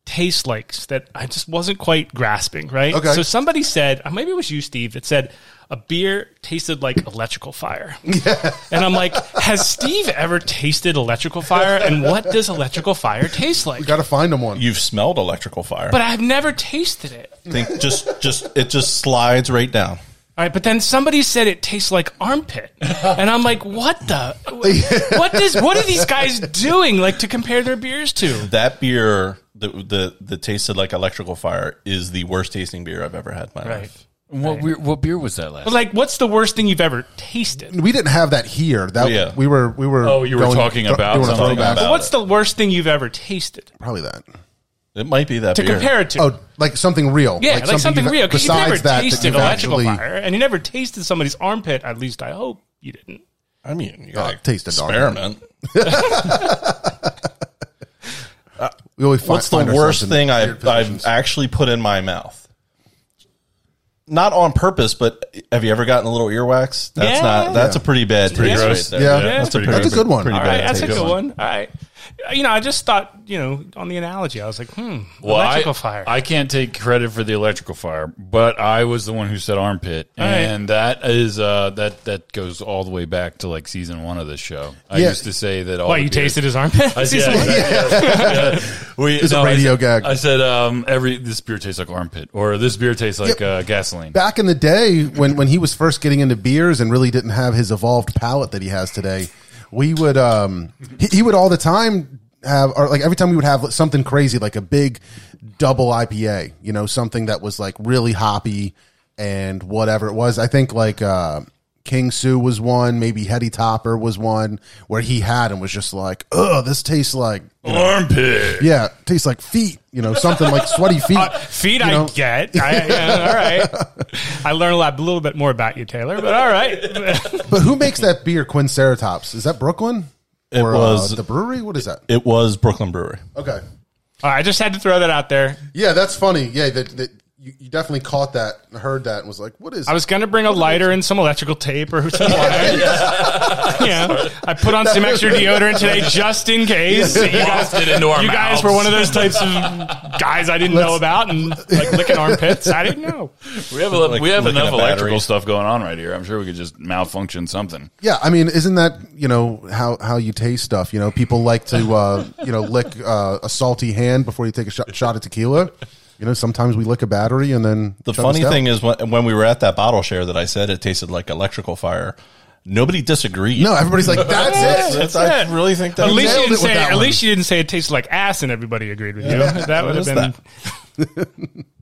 Speaker 4: taste likes that I just wasn't quite grasping, right?
Speaker 2: Okay.
Speaker 4: So somebody said, uh, maybe it was you, Steve, that said a beer tasted like electrical fire. And I'm like, has Steve ever tasted electrical fire? And what does electrical fire taste like?
Speaker 2: Got to find them one.
Speaker 3: You've smelled electrical fire.
Speaker 4: but I've never tasted it. All
Speaker 3: think just just it just slides right down.
Speaker 4: right, but then somebody said it tastes like armpit, and I'm like, what the? What does? What are these guys doing? Like to compare their beers to?
Speaker 3: That beer the the the tasted like electrical fire is the worst tasting beer I've ever had in my life.
Speaker 5: What, beer, what beer was that last?
Speaker 4: But like, what's the worst thing you've ever tasted?
Speaker 2: we didn't have that here. That
Speaker 3: yeah.
Speaker 2: we were we were.
Speaker 5: Oh, you were talking
Speaker 2: thro-
Speaker 5: about
Speaker 2: doing a
Speaker 5: something
Speaker 2: throwback.
Speaker 3: about-
Speaker 4: What's the worst thing you've ever tasted?
Speaker 2: probably that.
Speaker 3: It might be that
Speaker 4: To
Speaker 3: beer.
Speaker 4: compare it to?
Speaker 2: Oh, like something real.
Speaker 4: yeah, like, something
Speaker 2: you've-
Speaker 4: real. Because you've
Speaker 2: besides
Speaker 4: never
Speaker 2: that, that
Speaker 4: tasted
Speaker 2: you've
Speaker 4: electrical
Speaker 2: actually-
Speaker 4: fire, and you never tasted somebody's armpit. At least I hope you didn't.
Speaker 3: I mean, you gotta
Speaker 2: Oh, taste it, dog.
Speaker 3: experiment.
Speaker 2: We always fi-
Speaker 3: What's the
Speaker 2: find ourselves
Speaker 3: worst
Speaker 2: in
Speaker 3: thing
Speaker 2: weird
Speaker 3: I've, I've
Speaker 2: positions.
Speaker 3: actually put in my mouth? Not on purpose, but have you ever gotten a little earwax? That's
Speaker 4: Yeah.
Speaker 3: not. That's a pretty bad
Speaker 4: pretty
Speaker 3: taste
Speaker 4: gross.
Speaker 3: right
Speaker 2: Yeah.
Speaker 3: there.
Speaker 2: Yeah,
Speaker 3: that's a pretty,
Speaker 5: pretty gross.
Speaker 2: That's a good one.
Speaker 3: Pretty
Speaker 4: All
Speaker 3: bad
Speaker 4: right, that's a
Speaker 3: taste.
Speaker 4: good one. All right. You know, I just thought, you know, on the analogy, I was like, hmm,
Speaker 5: Well, I-
Speaker 4: electrical fire.
Speaker 5: I can't take credit for the electrical fire, but I was the one who said armpit,
Speaker 4: right.
Speaker 5: and that is uh, that that goes all the way back to like season one of this show. I
Speaker 2: Yeah.
Speaker 5: used to say that all.
Speaker 4: Why
Speaker 5: the
Speaker 4: you
Speaker 5: beers-
Speaker 4: tasted his armpit?
Speaker 5: I, yeah, exactly. We,
Speaker 2: It's a radio
Speaker 5: I said,
Speaker 2: gag.
Speaker 5: I said um, every this beer tastes like armpit, or this beer tastes like uh, gasoline.
Speaker 2: back in the day when when he was first getting into beers and really didn't have his evolved palate that he has today, we would um he, he would all the time have or like every time we would have something crazy like a big double IPA, you know, something that was like really hoppy and whatever it was. I think like uh King Sue was one, maybe Hetty Topper was one where he had and was just like, "Oh, this tastes like
Speaker 5: Armpit.
Speaker 2: yeah, tastes like feet, you know, something like sweaty feet."
Speaker 4: Feet,
Speaker 2: you know?
Speaker 4: I get. I, yeah, all right. I learned a, lot, a little bit more about you, Taylor, but all right.
Speaker 2: But who makes that beer, Quinceratops? Is that Brooklyn?
Speaker 3: It
Speaker 2: uh,
Speaker 3: was.
Speaker 2: the brewery. What is that?
Speaker 3: It was Brooklyn Brewery.
Speaker 2: Okay,
Speaker 4: All right, I just had to throw that out there.
Speaker 2: yeah, that's funny. Yeah, that, that you, you definitely caught that, and heard that, and was like, "What is?"
Speaker 4: I was going to bring a lighter and some electrical tape or some wire. yeah. I put on some extra deodorant today just in case. You guys,
Speaker 5: Lost it into our
Speaker 4: you guys
Speaker 5: mouths.
Speaker 4: were one of those types of guys I didn't know about and like licking armpits. I didn't know.
Speaker 5: We have a, lot-
Speaker 3: Like
Speaker 5: we have
Speaker 3: looking
Speaker 5: enough
Speaker 3: at batteries.
Speaker 5: electrical stuff going on right here. I'm sure we could just malfunction something.
Speaker 2: yeah, I mean, isn't that you know how how you taste stuff? You know, people like to uh, you know lick uh, a salty hand before you take a shot, shot of tequila. You know, sometimes we lick a battery and then
Speaker 3: The funny thing is when, when we were at that bottle share that I said it tasted like electrical fire. Nobody disagreed.
Speaker 2: no, everybody's like, "That's it."
Speaker 3: That's- I really think that
Speaker 4: At least, you
Speaker 2: nailed
Speaker 4: didn't
Speaker 2: it with
Speaker 4: say,
Speaker 2: that
Speaker 4: at
Speaker 2: one.
Speaker 4: least you didn't say it tastes like ass and everybody agreed with you. That would have
Speaker 3: Notice
Speaker 4: been.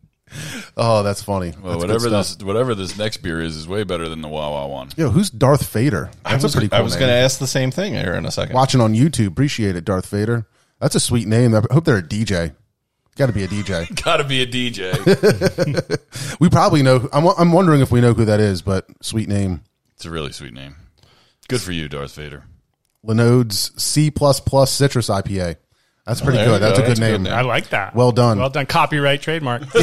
Speaker 2: Oh, that's funny.
Speaker 5: Well, whatever this whatever this next beer is is way better than the Wawa one.
Speaker 2: Yo, who's Darth Vader?
Speaker 3: I
Speaker 2: That's
Speaker 3: was,
Speaker 2: a pretty cool
Speaker 3: I was
Speaker 2: name.
Speaker 3: going to ask the same thing here in a second.
Speaker 2: Watching on YouTube, appreciate it, Darth Vader. That's a sweet name. I hope they're a DJ. Got to be a DJ.
Speaker 5: Got to be a DJ.
Speaker 2: we probably know. I'm, I'm wondering if we know who that is, but sweet name.
Speaker 5: it's a really sweet name. Good for you, Darth Vader.
Speaker 2: Linode's C citrus IPA. That's pretty
Speaker 3: there you
Speaker 2: good. That's
Speaker 3: go.
Speaker 2: a good
Speaker 3: That's a good
Speaker 2: name.
Speaker 3: name.
Speaker 4: I like that.
Speaker 2: Well done.
Speaker 4: Well done. Copyright trademark.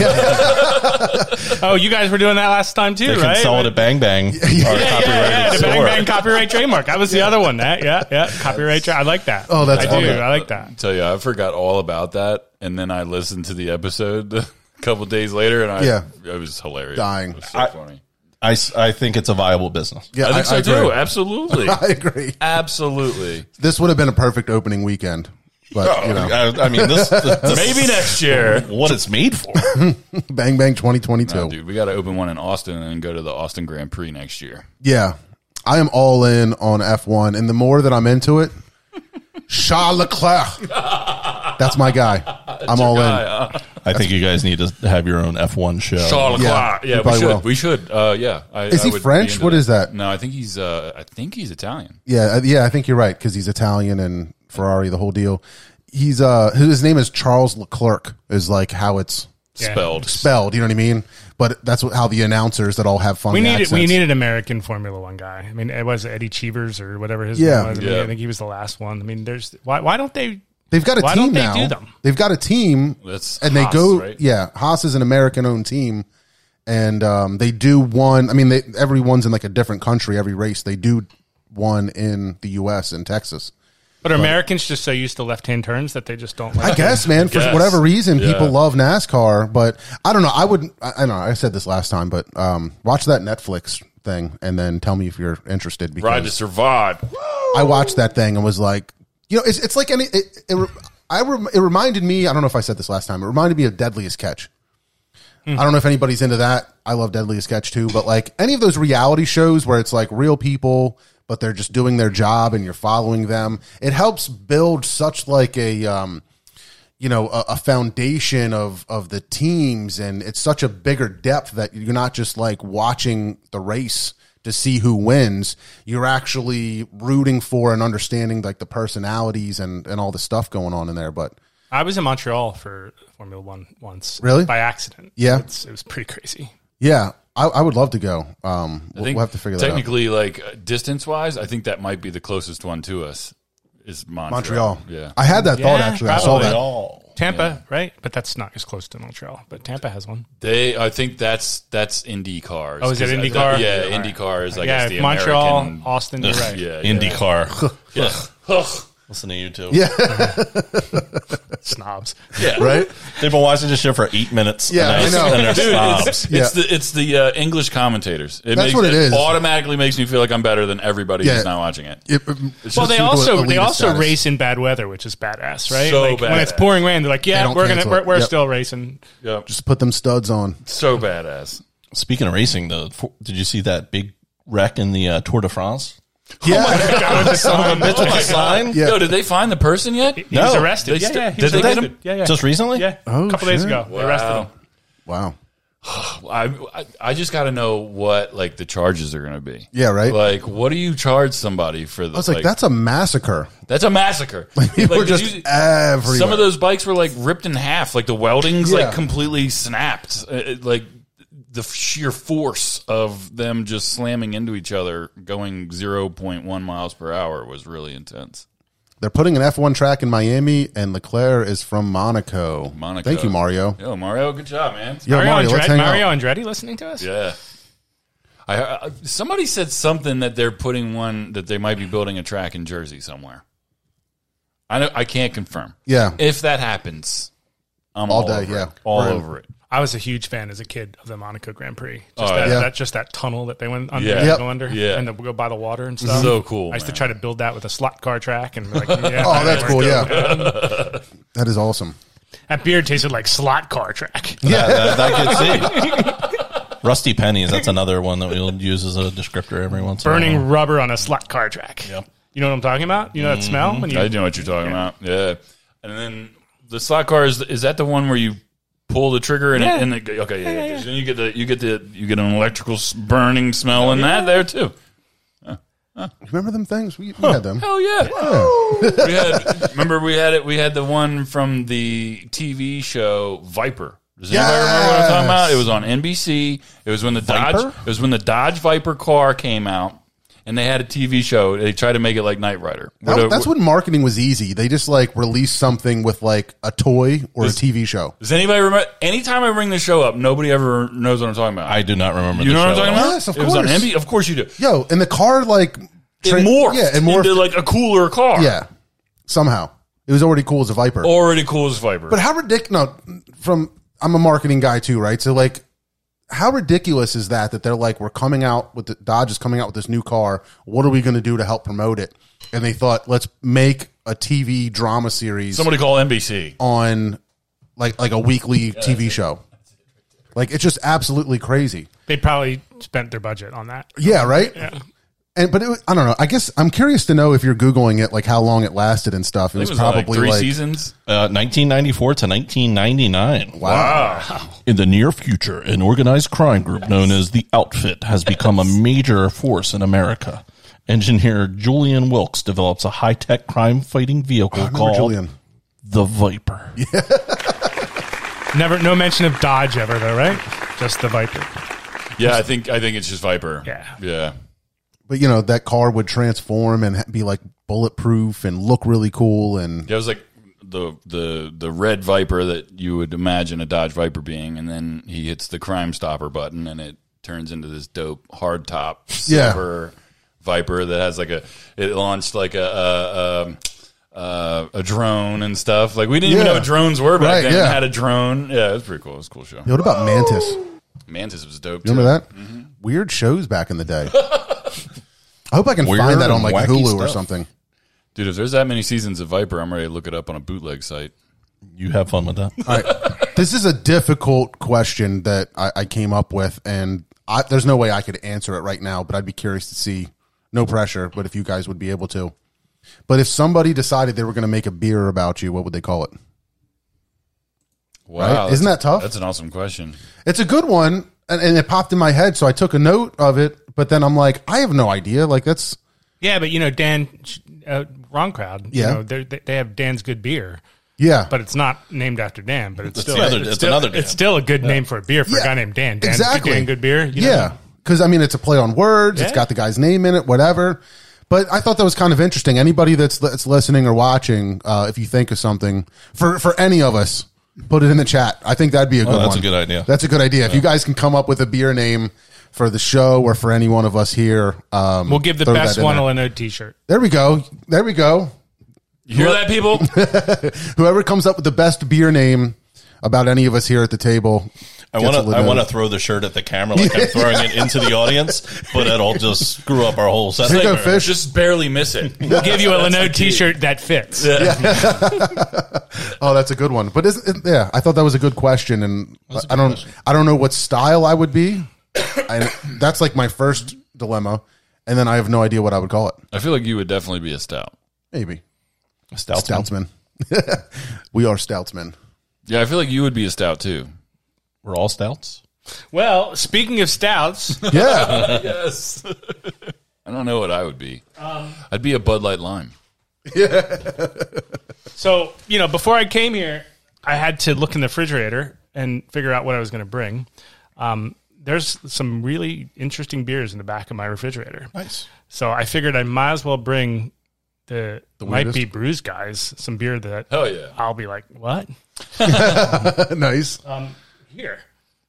Speaker 4: oh, you guys were doing that last time too,
Speaker 3: They can
Speaker 4: right?
Speaker 3: sell it at Bang Bang. or copyrighted
Speaker 4: yeah, yeah, the
Speaker 3: store.
Speaker 4: bang bang copyright trademark. That was the other one. That yeah, yeah. Copyright. Tra- I like that.
Speaker 2: Oh, that's
Speaker 4: I do.
Speaker 2: funny.
Speaker 4: I like that.
Speaker 5: I tell you, I forgot all about that, and then I listened to the episode a couple days later, and I
Speaker 2: Yeah.
Speaker 5: it was hilarious,
Speaker 2: Dying.
Speaker 5: It was so funny.
Speaker 3: I, s- I think it's a viable business.
Speaker 2: Yeah,
Speaker 5: I think so too.
Speaker 2: agree.
Speaker 5: Absolutely,
Speaker 2: I agree.
Speaker 5: absolutely.
Speaker 2: This would have been a perfect opening weekend,
Speaker 3: Oh,
Speaker 2: but you know,
Speaker 3: I, I mean, this, this, this
Speaker 5: Maybe next year.
Speaker 3: what it's made for.
Speaker 2: bang bang 2022.
Speaker 5: Nah, dude, we got to open one in Austin and then go to the Austin Grand Prix next year.
Speaker 2: Yeah. I am all in on F1. And the more that I'm into it, Charles Leclerc. That's my guy. I'm all in.
Speaker 3: I think you guys need to have your own F1 show.
Speaker 5: Charles
Speaker 2: Yeah,
Speaker 5: Leclerc.
Speaker 2: you
Speaker 5: Yeah, we
Speaker 2: probably
Speaker 5: should.
Speaker 2: will.
Speaker 5: We should. Uh, yeah. I,
Speaker 2: Is
Speaker 5: I
Speaker 2: he
Speaker 5: would be
Speaker 2: French?
Speaker 5: into
Speaker 2: What is that?
Speaker 5: No, I think he's. Uh, I think he's Italian.
Speaker 2: Yeah. uh, Yeah. I think you're right because he's Italian and Ferrari, the whole deal. He's, uh, his name is Charles Leclerc, is like how it's
Speaker 4: Yeah.
Speaker 5: Spelled.
Speaker 2: spelled. You know what I mean? But that's what, how the announcers that all have fun.
Speaker 4: We need
Speaker 2: accents.
Speaker 4: we need an American Formula One guy. I mean, it was Eddie Cheevers or whatever his
Speaker 2: Yeah.
Speaker 4: name was. I, mean,
Speaker 5: Yeah.
Speaker 4: I think he was the last one. I mean, there's why why don't they?
Speaker 2: They've got a
Speaker 4: Why
Speaker 2: team
Speaker 4: don't they
Speaker 2: now.
Speaker 4: do them?
Speaker 2: have got a team,
Speaker 5: That's
Speaker 2: and
Speaker 5: Haas,
Speaker 2: they go.
Speaker 5: right?
Speaker 2: Yeah, Haas is an American-owned team, and um, they do one. I mean, they, everyone's in like a different country. Every race they do one in the U.S. and Texas.
Speaker 4: But are Americans just so used to left hand turns that they just don't like.
Speaker 2: I guess, man, for
Speaker 5: guess.
Speaker 2: whatever reason, people
Speaker 5: Yeah.
Speaker 2: love NASCAR, but I don't know. I would. I, I don't know. I said this last time, but um, watch that Netflix thing, and then tell me if you're interested. Because
Speaker 5: Ride to survive.
Speaker 2: I watched that thing and was like, you know, it's, it's like any. It, it, re- I rem, it reminded me. I don't know if I said this last time. It reminded me of Deadliest Catch.
Speaker 5: Hmm.
Speaker 2: I don't know if anybody's into that. I love Deadliest Catch too, but like any of those reality shows where it's like real people, but they're just doing their job and you're following them. It helps build such like a. Um, you know, a, a foundation of of the teams, and it's such a bigger depth that you're not just like watching the race to see who wins. You're actually rooting for and understanding like the personalities and and all the stuff going on in there. But
Speaker 4: I was in Montreal for Formula One once.
Speaker 2: Really?
Speaker 4: By accident.
Speaker 2: Yeah.
Speaker 4: It's, it was pretty crazy.
Speaker 2: yeah, I, I would love to go. Um, we'll, we'll have to figure that out.
Speaker 5: technically, like distance wise, I think that might be the closest one to us. Is Montreal?
Speaker 2: Montreal.
Speaker 5: Yeah.
Speaker 2: I had that thought
Speaker 4: Yeah,
Speaker 2: actually. I saw
Speaker 4: probably.
Speaker 2: that.
Speaker 3: all.
Speaker 4: Tampa, right? But that's not as close to Montreal. But Tampa has one.
Speaker 5: They, I think that's that's IndyCar.
Speaker 4: Oh, is it
Speaker 5: 'Cause I-
Speaker 4: IndyCar?
Speaker 5: Yeah, IndyCar is I
Speaker 4: yeah,
Speaker 5: guess the
Speaker 4: Montreal,
Speaker 5: American-
Speaker 4: Austin, you're right.
Speaker 5: Yeah, yeah.
Speaker 3: IndyCar.
Speaker 5: Yeah. Ugh.
Speaker 3: Listen to you two.
Speaker 2: Yeah.
Speaker 4: Snobs.
Speaker 5: yeah.
Speaker 2: Right?
Speaker 3: They've been watching this shit for eight minutes.
Speaker 2: Yeah,
Speaker 3: and
Speaker 2: I know.
Speaker 3: And they're
Speaker 5: Dude,
Speaker 3: snobs.
Speaker 5: it's,
Speaker 2: Yeah.
Speaker 5: it's the it's the uh, English commentators. It
Speaker 2: That's
Speaker 5: makes,
Speaker 2: what it is.
Speaker 5: Automatically makes me feel like I'm better than everybody
Speaker 2: Yeah.
Speaker 5: who's not watching it.
Speaker 2: It-
Speaker 4: Well,
Speaker 2: just
Speaker 4: they
Speaker 2: people
Speaker 4: also
Speaker 2: with
Speaker 4: they
Speaker 2: elitist
Speaker 4: also
Speaker 2: status.
Speaker 4: race in bad weather, which is badass, right?
Speaker 5: So
Speaker 4: like when it's
Speaker 5: badass.
Speaker 4: pouring rain, they're like,
Speaker 2: They
Speaker 4: "Yeah,
Speaker 2: don't
Speaker 4: we're gonna
Speaker 2: cancel
Speaker 4: we're,
Speaker 2: it.
Speaker 4: we're
Speaker 2: Yep.
Speaker 4: still racing."
Speaker 5: Yeah,
Speaker 2: Just put them studs on.
Speaker 5: so badass.
Speaker 3: Speaking of racing, the did you see that big wreck in the uh, Tour de France?
Speaker 2: Yeah.
Speaker 3: Son of a bitch with a sign?
Speaker 2: Oh Yeah.
Speaker 5: Yo, did they find the person yet?
Speaker 4: He was arrested.
Speaker 5: They
Speaker 4: yeah,
Speaker 5: st-
Speaker 4: yeah, he
Speaker 5: did
Speaker 4: was
Speaker 5: they get
Speaker 4: arrested.
Speaker 5: him?
Speaker 4: Yeah, yeah.
Speaker 3: Just recently?
Speaker 4: yeah, a couple days
Speaker 2: shit.
Speaker 4: ago, they arrested
Speaker 5: Wow.
Speaker 4: him.
Speaker 2: wow.
Speaker 5: I, I, I just got to know what like the charges are going to be.
Speaker 2: Yeah, right?
Speaker 5: Like, what do you charge somebody for? The,
Speaker 2: I was like, that's a massacre.
Speaker 5: that's a massacre.
Speaker 2: People
Speaker 5: Like,
Speaker 2: are just
Speaker 5: did you-
Speaker 2: everywhere.
Speaker 5: some of those bikes were like ripped in half, like the welding's
Speaker 2: Yeah.
Speaker 5: like completely snapped, Uh, it- like the sheer force of them just slamming into each other, going zero point one miles per hour was really intense.
Speaker 2: They're putting an F1 track in Miami, and Leclerc is from Monaco.
Speaker 5: Monaco.
Speaker 2: Thank you, Mario.
Speaker 5: Yo, Mario, good job, man.
Speaker 2: Yo,
Speaker 4: Mario,
Speaker 2: Mario, let's
Speaker 4: Andretti,
Speaker 2: hang
Speaker 4: Mario
Speaker 2: out.
Speaker 4: Andretti listening to us?
Speaker 5: Yeah. I, I somebody said something that they're putting one that they might be building a track in Jersey somewhere. I know I can't confirm.
Speaker 2: Yeah.
Speaker 5: If that happens, I'm all,
Speaker 2: All day,
Speaker 5: over
Speaker 2: yeah.
Speaker 5: it. all
Speaker 2: Right.
Speaker 5: over it.
Speaker 4: I was a huge fan as a kid of the Monaco Grand Prix. Just,
Speaker 5: Oh,
Speaker 4: that,
Speaker 5: yeah.
Speaker 4: that, just that tunnel that they went under,
Speaker 5: Yeah.
Speaker 4: and
Speaker 2: Yep. Mm-hmm.
Speaker 4: go under,
Speaker 5: Yeah.
Speaker 4: and then go by the water and stuff.
Speaker 5: So cool,
Speaker 4: I used to
Speaker 5: man.
Speaker 4: try to build that with a slot car track, and like, yeah,
Speaker 2: Oh, that's cool. Yeah. that is awesome.
Speaker 4: that beer tasted like slot car track.
Speaker 3: Yeah, that, that gets it. Rusty pennies. That's another one that we'll use as a descriptor every once.
Speaker 4: Burning
Speaker 3: in a while.
Speaker 4: rubber on a slot car track. You know what I'm talking about? You know that smell when you
Speaker 5: I know what you're talking about. Yeah. And then the slot car is is that the one where you pull the trigger and,
Speaker 4: Yeah.
Speaker 5: it, and it, go- okay, yeah, yeah, Then you get the you get the you get an electrical s- burning smell in that there too.
Speaker 2: Remember them things? We, we had them.
Speaker 5: Hell Oh, yeah! we had remember we had it. We had the one from the TV show Viper. Does anybody remember what I'm talking about? It was on NBC. It was when the Dodge. It was when the Dodge Viper car came out, and they had a TV show. They tried to make it like Knight Rider. What a-
Speaker 2: That- that's when marketing was easy. They just like released something with like a toy or a TV show.
Speaker 5: Does anybody remember? Anytime I bring this show up, nobody ever knows what I'm talking about.
Speaker 3: I do not remember.
Speaker 5: you
Speaker 3: the
Speaker 5: know what I'm
Speaker 3: show
Speaker 5: talking
Speaker 3: at all.
Speaker 5: about?
Speaker 2: Yes, of
Speaker 5: it was on
Speaker 2: course.
Speaker 5: NBC. Of course you do.
Speaker 2: Yo, and the car like
Speaker 5: It
Speaker 2: tra-
Speaker 5: morphed,
Speaker 2: Yeah, and morphed.
Speaker 5: into like a cooler car.
Speaker 2: yeah, somehow it was already cool as a Viper.
Speaker 5: already cool as Viper.
Speaker 2: But how ridiculous? No, from I'm a marketing guy too, right? So like, how ridiculous is that? That they're like, we're coming out with the Dodge is coming out with this new car. What are we going to do to help promote it? And they thought, let's make a TV drama series
Speaker 5: Somebody call NBC.
Speaker 2: on like like a weekly TV show. Like it's just absolutely crazy.
Speaker 4: They probably spent their budget on that.
Speaker 2: Yeah, right. Yeah. And but it, was- I don't know. I guess I'm curious to know if you're googling it, like how long it lasted and stuff. It,
Speaker 5: It
Speaker 2: was,
Speaker 5: was
Speaker 2: probably
Speaker 5: like three
Speaker 2: like-
Speaker 5: seasons.
Speaker 3: Uh, 1994 to 1999.
Speaker 2: Wow.
Speaker 3: In the near future, an organized crime group known as the Outfit has become a major force in America. Engineer Julian Wilkes develops a high tech crime fighting vehicle
Speaker 2: Remember
Speaker 3: called
Speaker 2: Julian.
Speaker 3: the Viper.
Speaker 4: Never, no mention of Dodge ever though, right? Just the Viper.
Speaker 5: Yeah, I think I think it's just Viper.
Speaker 4: Yeah.
Speaker 5: yeah.
Speaker 2: But you know that car would transform and ha- be like bulletproof and look really cool. And
Speaker 5: Yeah, it was like the the the red Viper that you would imagine a Dodge Viper being, and then he hits the Crime Stopper button, and it turns into this dope hardtop
Speaker 2: Yeah.
Speaker 5: silver Viper that has like a it launched like a. a, a uh, a drone and stuff like we didn't even
Speaker 2: Yeah.
Speaker 5: know what drones were back
Speaker 2: Right,
Speaker 5: then.
Speaker 2: yeah.
Speaker 5: Had a drone, yeah, it was pretty cool. It was a cool show.
Speaker 2: what about Mantis?
Speaker 3: Oh,
Speaker 5: Mantis was dope. Too.
Speaker 2: Remember that?
Speaker 3: Mm-hmm.
Speaker 2: Weird shows back in the day. I hope I can
Speaker 3: Weird
Speaker 2: find that on
Speaker 3: and
Speaker 2: like
Speaker 3: wacky
Speaker 2: Hulu or
Speaker 3: stuff.
Speaker 2: something.
Speaker 5: dude? If there's that many seasons of Viper, I'm ready to look it up on a bootleg site.
Speaker 3: You have fun with that.
Speaker 2: All right. this is a difficult question that I, I came up with, and I, there's no way I could answer it right now, but I'd be curious to see. No pressure, but if you guys would be able to. But if somebody decided they were going to make a beer about you, what would they call it?
Speaker 5: Wow,
Speaker 2: Right? Isn't
Speaker 5: that's-
Speaker 2: that tough?
Speaker 5: That's an awesome question.
Speaker 2: It's a good one, and, and it popped in my head, so I took a note of it. But then I'm like, I have no idea. Like that's
Speaker 4: Yeah, but you know, Dan, uh, wrong crowd.
Speaker 2: Yeah.
Speaker 4: you know, they're- they they have Dan's good beer,
Speaker 2: yeah,
Speaker 4: but it's not named after Dan. But it's
Speaker 3: It's
Speaker 4: still
Speaker 3: the other-
Speaker 4: it's
Speaker 3: it's
Speaker 4: still,
Speaker 3: another Dan.
Speaker 4: it's still a good name for a beer for
Speaker 2: Yeah,
Speaker 4: a guy named Dan. Dan
Speaker 2: exactly.
Speaker 4: Dan good beer. you know?
Speaker 2: yeah, because I mean, it's a play on words. It's
Speaker 4: Yeah.
Speaker 2: got the guy's name in it, whatever. But I thought that was kind of interesting. Anybody that's that's listening or watching, uh, if you think of something for for any of us, put it in the chat. I think that'd be a good.
Speaker 3: Oh, that's
Speaker 2: one.
Speaker 3: a good idea.
Speaker 2: That's a good idea. If you guys can come up with a beer name for the show or for any one of us here, um,
Speaker 4: We'll give the
Speaker 2: throw
Speaker 4: best
Speaker 2: that in
Speaker 4: one a
Speaker 2: There.
Speaker 4: Linode T-shirt.
Speaker 2: there we go. There we go.
Speaker 5: You hear that, people?
Speaker 2: Whoever comes up with the best beer name about any of us here at the table,
Speaker 3: I
Speaker 2: gets
Speaker 3: want
Speaker 2: a
Speaker 3: to.
Speaker 2: little
Speaker 3: I
Speaker 2: bit
Speaker 3: want to
Speaker 2: of-
Speaker 3: throw the shirt at the camera like I'm throwing it into the audience, but that'll just screw up our whole set.
Speaker 2: Here you go, fish.
Speaker 5: Just barely miss it.
Speaker 4: We'll give you a Linode T-shirt that fits.
Speaker 2: Oh, that's a good one. But isn't it, yeah, I thought that was a good question, and I don't, I don't know what style I would be. and that's like my first dilemma, and then I have no idea what I would call it.
Speaker 5: I feel like you would definitely be a stout.
Speaker 2: Maybe
Speaker 3: Stouts.
Speaker 2: stoutsman. we are stoutsmen.
Speaker 5: Yeah, I feel like you would be a stout too.
Speaker 3: We're all stouts.
Speaker 4: Well, speaking of stouts,
Speaker 2: Yeah,
Speaker 5: Yes. I don't know what I would be. I'd be a Bud Light Lime.
Speaker 4: so you know, before I came here, I had to look in the refrigerator and figure out what I was going to bring. Um, there's some really interesting beers in the back of my refrigerator.
Speaker 3: Nice.
Speaker 4: So I figured I might as well bring the, might be brews guys some beer that
Speaker 5: Hell yeah.
Speaker 4: I'll be like what
Speaker 2: nice.
Speaker 4: here.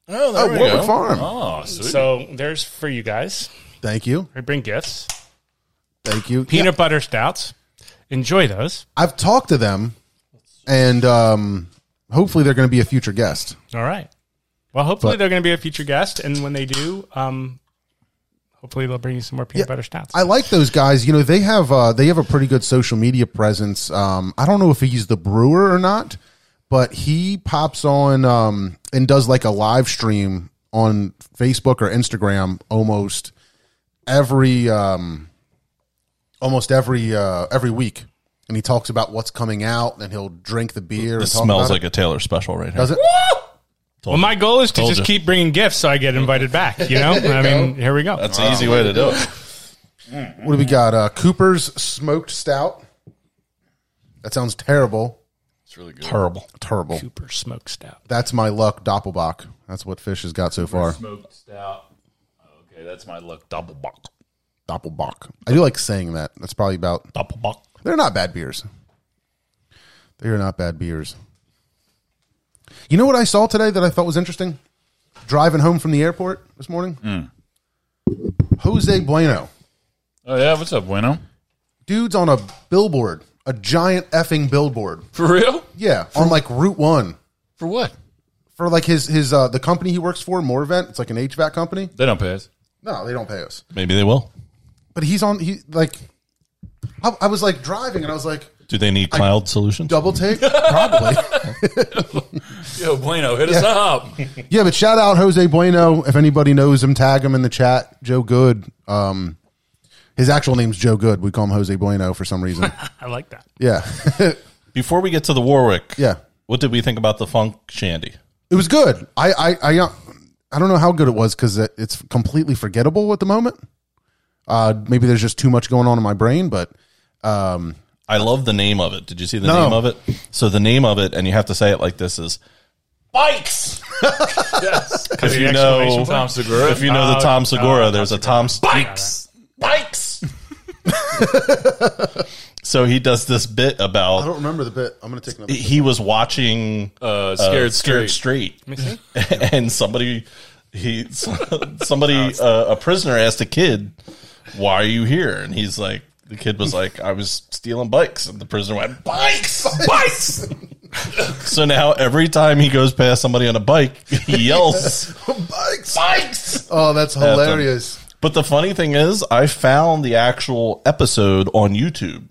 Speaker 5: Oh,
Speaker 2: Oh, Warwick Farm.
Speaker 5: Oh, sweet.
Speaker 4: So there's for you guys.
Speaker 2: Thank you,
Speaker 4: I bring gifts,
Speaker 2: thank you.
Speaker 4: peanut
Speaker 2: Yeah,
Speaker 4: butter stouts. Enjoy those.
Speaker 2: I've talked to them, and um, hopefully they're going to be a future guest.
Speaker 4: All right. Well, hopefully
Speaker 2: But-
Speaker 4: they're going to be a future guest, and when they do, um, hopefully they'll bring you some more peanut butter stouts.
Speaker 2: I like those guys. You know, they have uh, they have a pretty good social media presence. Um, I don't know if he's the brewer or not, but he pops on um, and does like a live stream on Facebook or Instagram almost every um, almost every uh, every week, and he talks about what's coming out, and he'll drink the beer. and
Speaker 3: This
Speaker 2: talk
Speaker 3: smells
Speaker 2: about
Speaker 3: like a Taylor special right here.
Speaker 2: Does it?
Speaker 4: Well, my goal is to
Speaker 3: Told
Speaker 4: just
Speaker 3: you.
Speaker 4: keep bringing gifts so I get invited back. You know, I mean, here we go.
Speaker 3: That's an easy way to do it.
Speaker 2: What do we got? Uh, Cooper's smoked stout. That sounds terrible.
Speaker 5: It's really good.
Speaker 3: Terrible.
Speaker 2: Terrible.
Speaker 4: Super smoked stout.
Speaker 2: That's my luck, Doppelbach. That's what Fish has got so far.
Speaker 5: Smoked stout. Okay, that's my luck. Double buck.
Speaker 2: Doppelbach. I do like saying that. That's probably about.
Speaker 3: Doppelbock.
Speaker 2: They're not bad beers. They are not bad beers. You know what I saw today that I thought was interesting? Driving home from the airport this morning. Jose Bueno.
Speaker 5: Oh yeah, what's up, Bueno?
Speaker 2: Dude's on a billboard, a giant effing billboard.
Speaker 5: For real?
Speaker 2: Yeah, on like Route 1.
Speaker 5: For what?
Speaker 2: for like his his uh the company he works for, More Event. It's like an HVAC company.
Speaker 5: They don't pay us.
Speaker 2: No, they don't pay us.
Speaker 3: Maybe they will.
Speaker 2: But he's on he like I, I was like driving and I was like
Speaker 3: Do they need cloud solutions?
Speaker 2: double take probably.
Speaker 5: Yo, Bueno, hit us up.
Speaker 2: yeah, but shout out Jose Bueno if anybody knows him, tag him in the chat. Joe Good. Um his actual name's Joe Good. We call him Jose Bueno for some reason.
Speaker 4: I like that.
Speaker 2: Yeah.
Speaker 3: Before we get to the Warwick,
Speaker 2: Yeah.
Speaker 3: what did we think about the funk shandy?
Speaker 2: It was good. I I I, uh, I don't know how good it was because it, it's completely forgettable at the moment. Uh, maybe there's just too much going on in my brain, but um,
Speaker 3: I love the name of it. Did you see the
Speaker 2: No.
Speaker 3: name of it? So the name of it, and you have to say it like this is bikes.
Speaker 5: yes.
Speaker 3: If you
Speaker 4: the
Speaker 3: know
Speaker 4: exclamation
Speaker 5: Tom Segura.
Speaker 3: if you know the Tom Segura, there's a Tom
Speaker 5: Bikes. Bikes.
Speaker 3: So he does this bit
Speaker 2: I
Speaker 3: about
Speaker 2: don't remember the bit. I'm gonna take another.
Speaker 3: he was watching
Speaker 5: Uh, scared,
Speaker 3: Scared
Speaker 5: straight.
Speaker 3: Straight, and somebody he somebody uh, a prisoner asked a kid, "Why are you here?" And he's like, the kid was like, "I was stealing bikes," and the prisoner went, "Bikes, bikes." so now every time he goes past somebody on a bike, he yells,
Speaker 2: Bikes.
Speaker 3: "Bikes!"
Speaker 2: Oh, that's hilarious.
Speaker 3: But the funny thing is, I found the actual episode on YouTube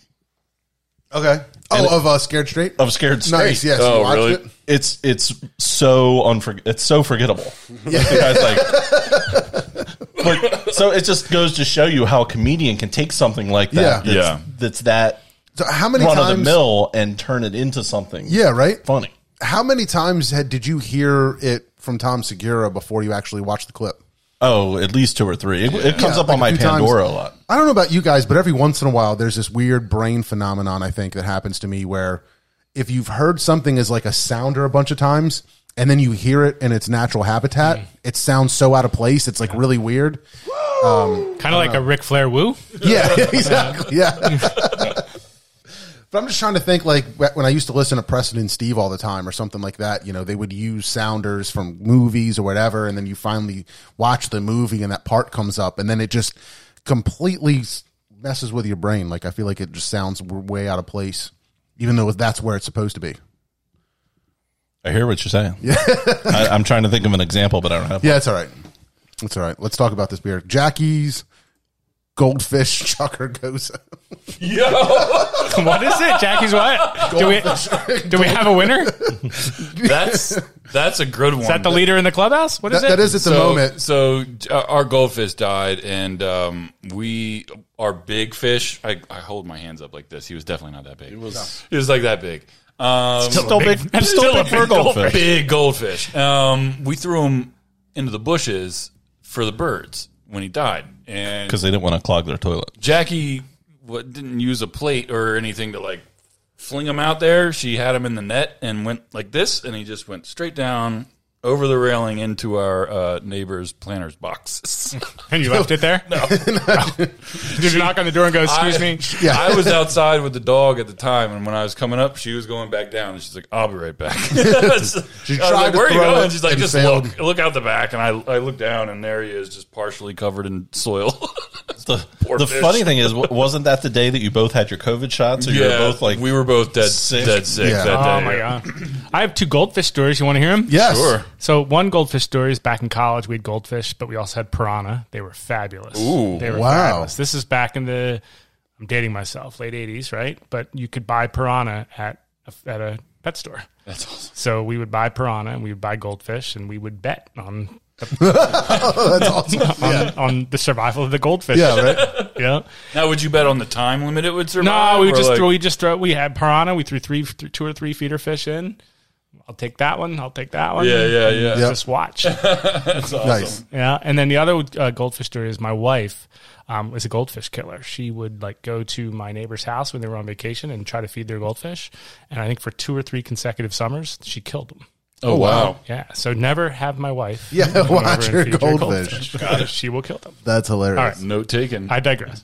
Speaker 2: Okay. Oh, of uh, scared straight.
Speaker 3: of Scared Straight.
Speaker 2: nice. Yes.
Speaker 5: Oh,
Speaker 2: you watched
Speaker 5: really?
Speaker 2: it?
Speaker 3: It's it's so unforg it's so forgettable. Like, the guy's like- but- so it just goes to show you how a comedian can take something like that,
Speaker 2: Yeah.
Speaker 3: that's,
Speaker 5: Yeah.
Speaker 3: that's that
Speaker 2: So how many
Speaker 3: run of the
Speaker 2: times?
Speaker 3: mill and turn it into something
Speaker 2: Yeah. Right.
Speaker 3: funny.
Speaker 2: How many times had did you hear it from Tom Segura before you actually watched the clip?
Speaker 3: Oh, at least two or three. It, it comes
Speaker 2: Yeah,
Speaker 3: up
Speaker 2: like
Speaker 3: on
Speaker 2: a
Speaker 3: my
Speaker 2: few times.
Speaker 3: Pandora a lot.
Speaker 2: I don't know about you guys, but every once in a while, there's this weird brain phenomenon I think that happens to me where if you've heard something as like a sounder a bunch of times and then you hear it in its natural habitat,
Speaker 3: Mm.
Speaker 2: it sounds so out of place. It's like really weird.
Speaker 4: Kind of like a Ric Flair woo.
Speaker 2: Yeah, exactly. Yeah. but I'm just trying to think like wh- when I used to listen to Preston and Steve all the time or something like that, you know, they would use sounders from movies or whatever. And then you finally watch the movie and that part comes up and then it just completely s- messes with your brain. Like I feel like it just sounds w- way out of place, even though that's where it's supposed to be.
Speaker 3: I hear what you're saying. I, I'm trying to think of an example, but I don't have.
Speaker 2: Yeah, it's all right. It's all right. Let's talk about this beer. Jackie's Goldfish Chucker Goza.
Speaker 5: Yo,
Speaker 4: what is it? Jackie's what? Do we do we have a winner? Is
Speaker 5: that's that's a good one. Is
Speaker 4: that the leader in the clubhouse? What is
Speaker 2: That, that
Speaker 4: it?
Speaker 2: is at the
Speaker 5: so,
Speaker 2: moment.
Speaker 5: So uh, our goldfish died, and um, we our big fish. I, I hold my hands up like this. He was definitely not that big. He was. He was like that big. Um,
Speaker 3: Still big,
Speaker 4: that's
Speaker 3: still
Speaker 4: still a
Speaker 3: big for
Speaker 4: big
Speaker 3: goldfish.
Speaker 5: big goldfish. Um, we threw him into the bushes for the birds when he died, and
Speaker 3: because they didn't want to clog their toilet.
Speaker 5: Jackie what, didn't use a plate or anything to like fling him out there. She had him in the net and went like this, and he just went straight down over the railing into our uh, neighbor's planter's boxes.
Speaker 4: And you left it there? No. Did you knock on the door and go, excuse me?
Speaker 5: I, I was outside with the dog at the time, and when I was coming up, she was going back down, and she's like, "I'll be right back." she
Speaker 2: tried to
Speaker 5: "Where are you
Speaker 2: throw
Speaker 5: going?"
Speaker 2: it
Speaker 5: She's like,
Speaker 2: and
Speaker 5: "Just
Speaker 2: failed.
Speaker 5: look, look out the back." And I, I look down, and there he is, just partially covered in soil.
Speaker 3: The,
Speaker 5: Poor
Speaker 3: the
Speaker 5: fish.
Speaker 3: funny thing is, wa- wasn't that the day that you both had your COVID shots, or you were both like
Speaker 5: we were both dead
Speaker 3: sick.
Speaker 5: dead sick
Speaker 2: Yeah.
Speaker 5: that day.
Speaker 4: Oh my god! I have two goldfish stories. You want to hear them?
Speaker 2: Yes.
Speaker 5: Sure.
Speaker 4: So one goldfish story is back in college. We had goldfish, but we also had piranha. They were fabulous. Ooh, they were
Speaker 2: Wow.
Speaker 4: fabulous. This is back in the I'm dating myself, late '80s, right? But you could buy piranha at a, at a pet store.
Speaker 5: That's awesome.
Speaker 4: So we would buy piranha and we would buy goldfish and we would bet on
Speaker 2: Oh, that's awesome.
Speaker 4: on, on the survival of the goldfish.
Speaker 2: Yeah, right.
Speaker 4: You know?
Speaker 5: Now, would you bet on the time limit it would survive?
Speaker 4: No, we
Speaker 5: or
Speaker 4: just
Speaker 5: like-
Speaker 4: throw, we just throw, we had piranha. We threw three, th- two or three feeder fish in. I'll take that one. I'll take that one.
Speaker 5: Yeah, yeah,
Speaker 4: and
Speaker 5: yeah.
Speaker 4: Just watch.
Speaker 2: Nice.
Speaker 4: Yeah, and then the other uh, goldfish story is my wife um, is a goldfish killer. She would like go to my neighbor's house when they were on vacation and try to feed their goldfish, and I think for two or three consecutive summers she killed them.
Speaker 5: Oh, wow.
Speaker 4: Yeah, so never have my wife.
Speaker 2: Yeah,
Speaker 4: come over
Speaker 2: watch
Speaker 4: and
Speaker 2: your
Speaker 4: feed
Speaker 2: goldfish.
Speaker 4: because she will kill them.
Speaker 2: That's hilarious.
Speaker 4: All right.
Speaker 5: Note taken.
Speaker 4: I digress.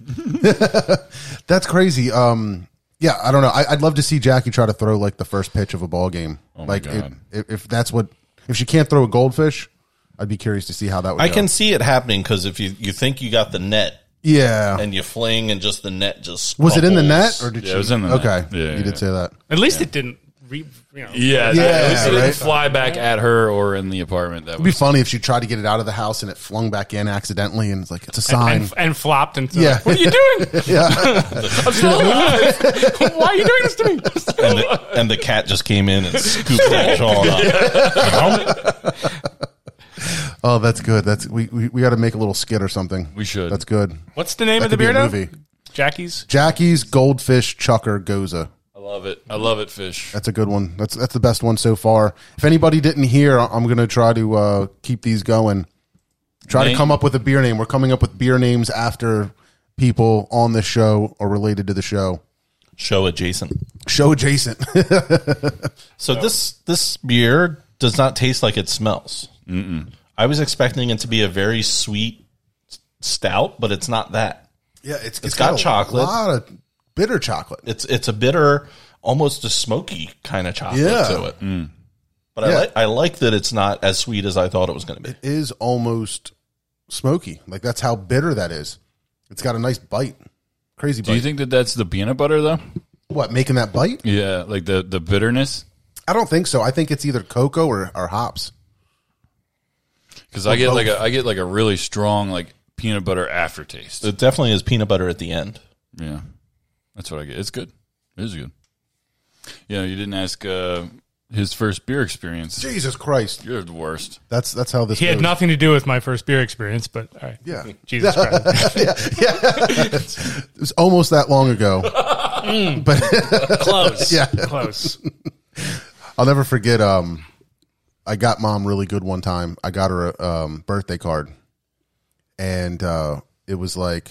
Speaker 2: That's crazy. Um, yeah, I don't know. I, I'd love to see Jackie try to throw like the first pitch of a ball game. like it,
Speaker 5: Oh God.
Speaker 2: if, if that's what if she can't throw a goldfish, I'd be curious to see how that would.
Speaker 3: I
Speaker 2: go.
Speaker 3: can see it happening because if you, you think you got the net
Speaker 2: Yeah.
Speaker 3: and you fling and just the net just
Speaker 2: was it in the net
Speaker 3: scuffles.
Speaker 2: or did
Speaker 5: Yeah,
Speaker 2: she?
Speaker 5: it was in the net.
Speaker 2: okay.
Speaker 5: Yeah,
Speaker 2: you
Speaker 5: yeah,
Speaker 2: did
Speaker 5: yeah.
Speaker 2: say that.
Speaker 4: At least it didn't. Re, you know,
Speaker 2: Yeah,
Speaker 5: Yeah, at least it didn't
Speaker 2: right?
Speaker 5: fly back at her or in the apartment. That
Speaker 2: It'd
Speaker 5: was
Speaker 2: be funny if she tried to get it out of the house and it flung back in accidentally, and it's like it's a sign.
Speaker 4: and, and flopped and said,
Speaker 2: Yeah.
Speaker 4: "What are you doing?
Speaker 2: yeah,
Speaker 4: I'm still alive. Why are you doing this to me?"
Speaker 3: and the, and the cat just came in and scooped that all up.
Speaker 2: oh, that's good. That's we we, we got to make a little skit or something.
Speaker 5: We should.
Speaker 2: That's good.
Speaker 4: What's the name
Speaker 2: That
Speaker 4: of the
Speaker 2: could be
Speaker 4: beer
Speaker 2: a
Speaker 4: now?
Speaker 2: movie.
Speaker 4: Jackie's.
Speaker 2: Jackie's Goldfish Chucker Goza.
Speaker 5: I love it. I love it, fish.
Speaker 2: That's a good one. That's that's the best one so far. If anybody didn't hear, I- I'm gonna try to uh, keep these going. Try
Speaker 5: Name?
Speaker 2: to come up with a beer name. We're coming up with beer names after people on the show or related to the show.
Speaker 3: Show adjacent.
Speaker 2: Show adjacent.
Speaker 3: So this this beer does not taste like it smells. Mm-mm. I was expecting it to be a very sweet s- stout, but it's not that.
Speaker 2: yeah, it's
Speaker 3: It's got chocolate.
Speaker 2: a lot of bitter chocolate.
Speaker 3: It's it's a bitter, almost a smoky kind of chocolate
Speaker 2: Yeah. Mm.
Speaker 3: to it. But
Speaker 2: Yeah.
Speaker 3: I like I like that it's not as sweet as I thought it was going to be.
Speaker 2: It is almost smoky. Like that's how bitter that is. It's got a nice bite. Crazy bite.
Speaker 5: Do you think that that's the peanut butter though?
Speaker 2: what making that bite?
Speaker 5: Yeah, like the the bitterness.
Speaker 2: I don't think so. I think it's either cocoa or, or hops.
Speaker 5: Because I get like a I get like a really strong like peanut butter aftertaste.
Speaker 3: It definitely is peanut butter at the end.
Speaker 5: Yeah, that's what I get. It's good. It is good. Yeah, you didn't ask uh, his first beer experience.
Speaker 2: Jesus Christ.
Speaker 5: You're the worst.
Speaker 2: That's that's how this
Speaker 4: He had
Speaker 2: goes.
Speaker 4: nothing to do with my first beer experience, but all right.
Speaker 2: Yeah.
Speaker 4: Jesus Christ.
Speaker 2: It was almost that long ago.
Speaker 4: Close. Yeah. Close.
Speaker 2: I'll never forget. Um, I got mom really good one time. I got her a um, birthday card, and uh, it was like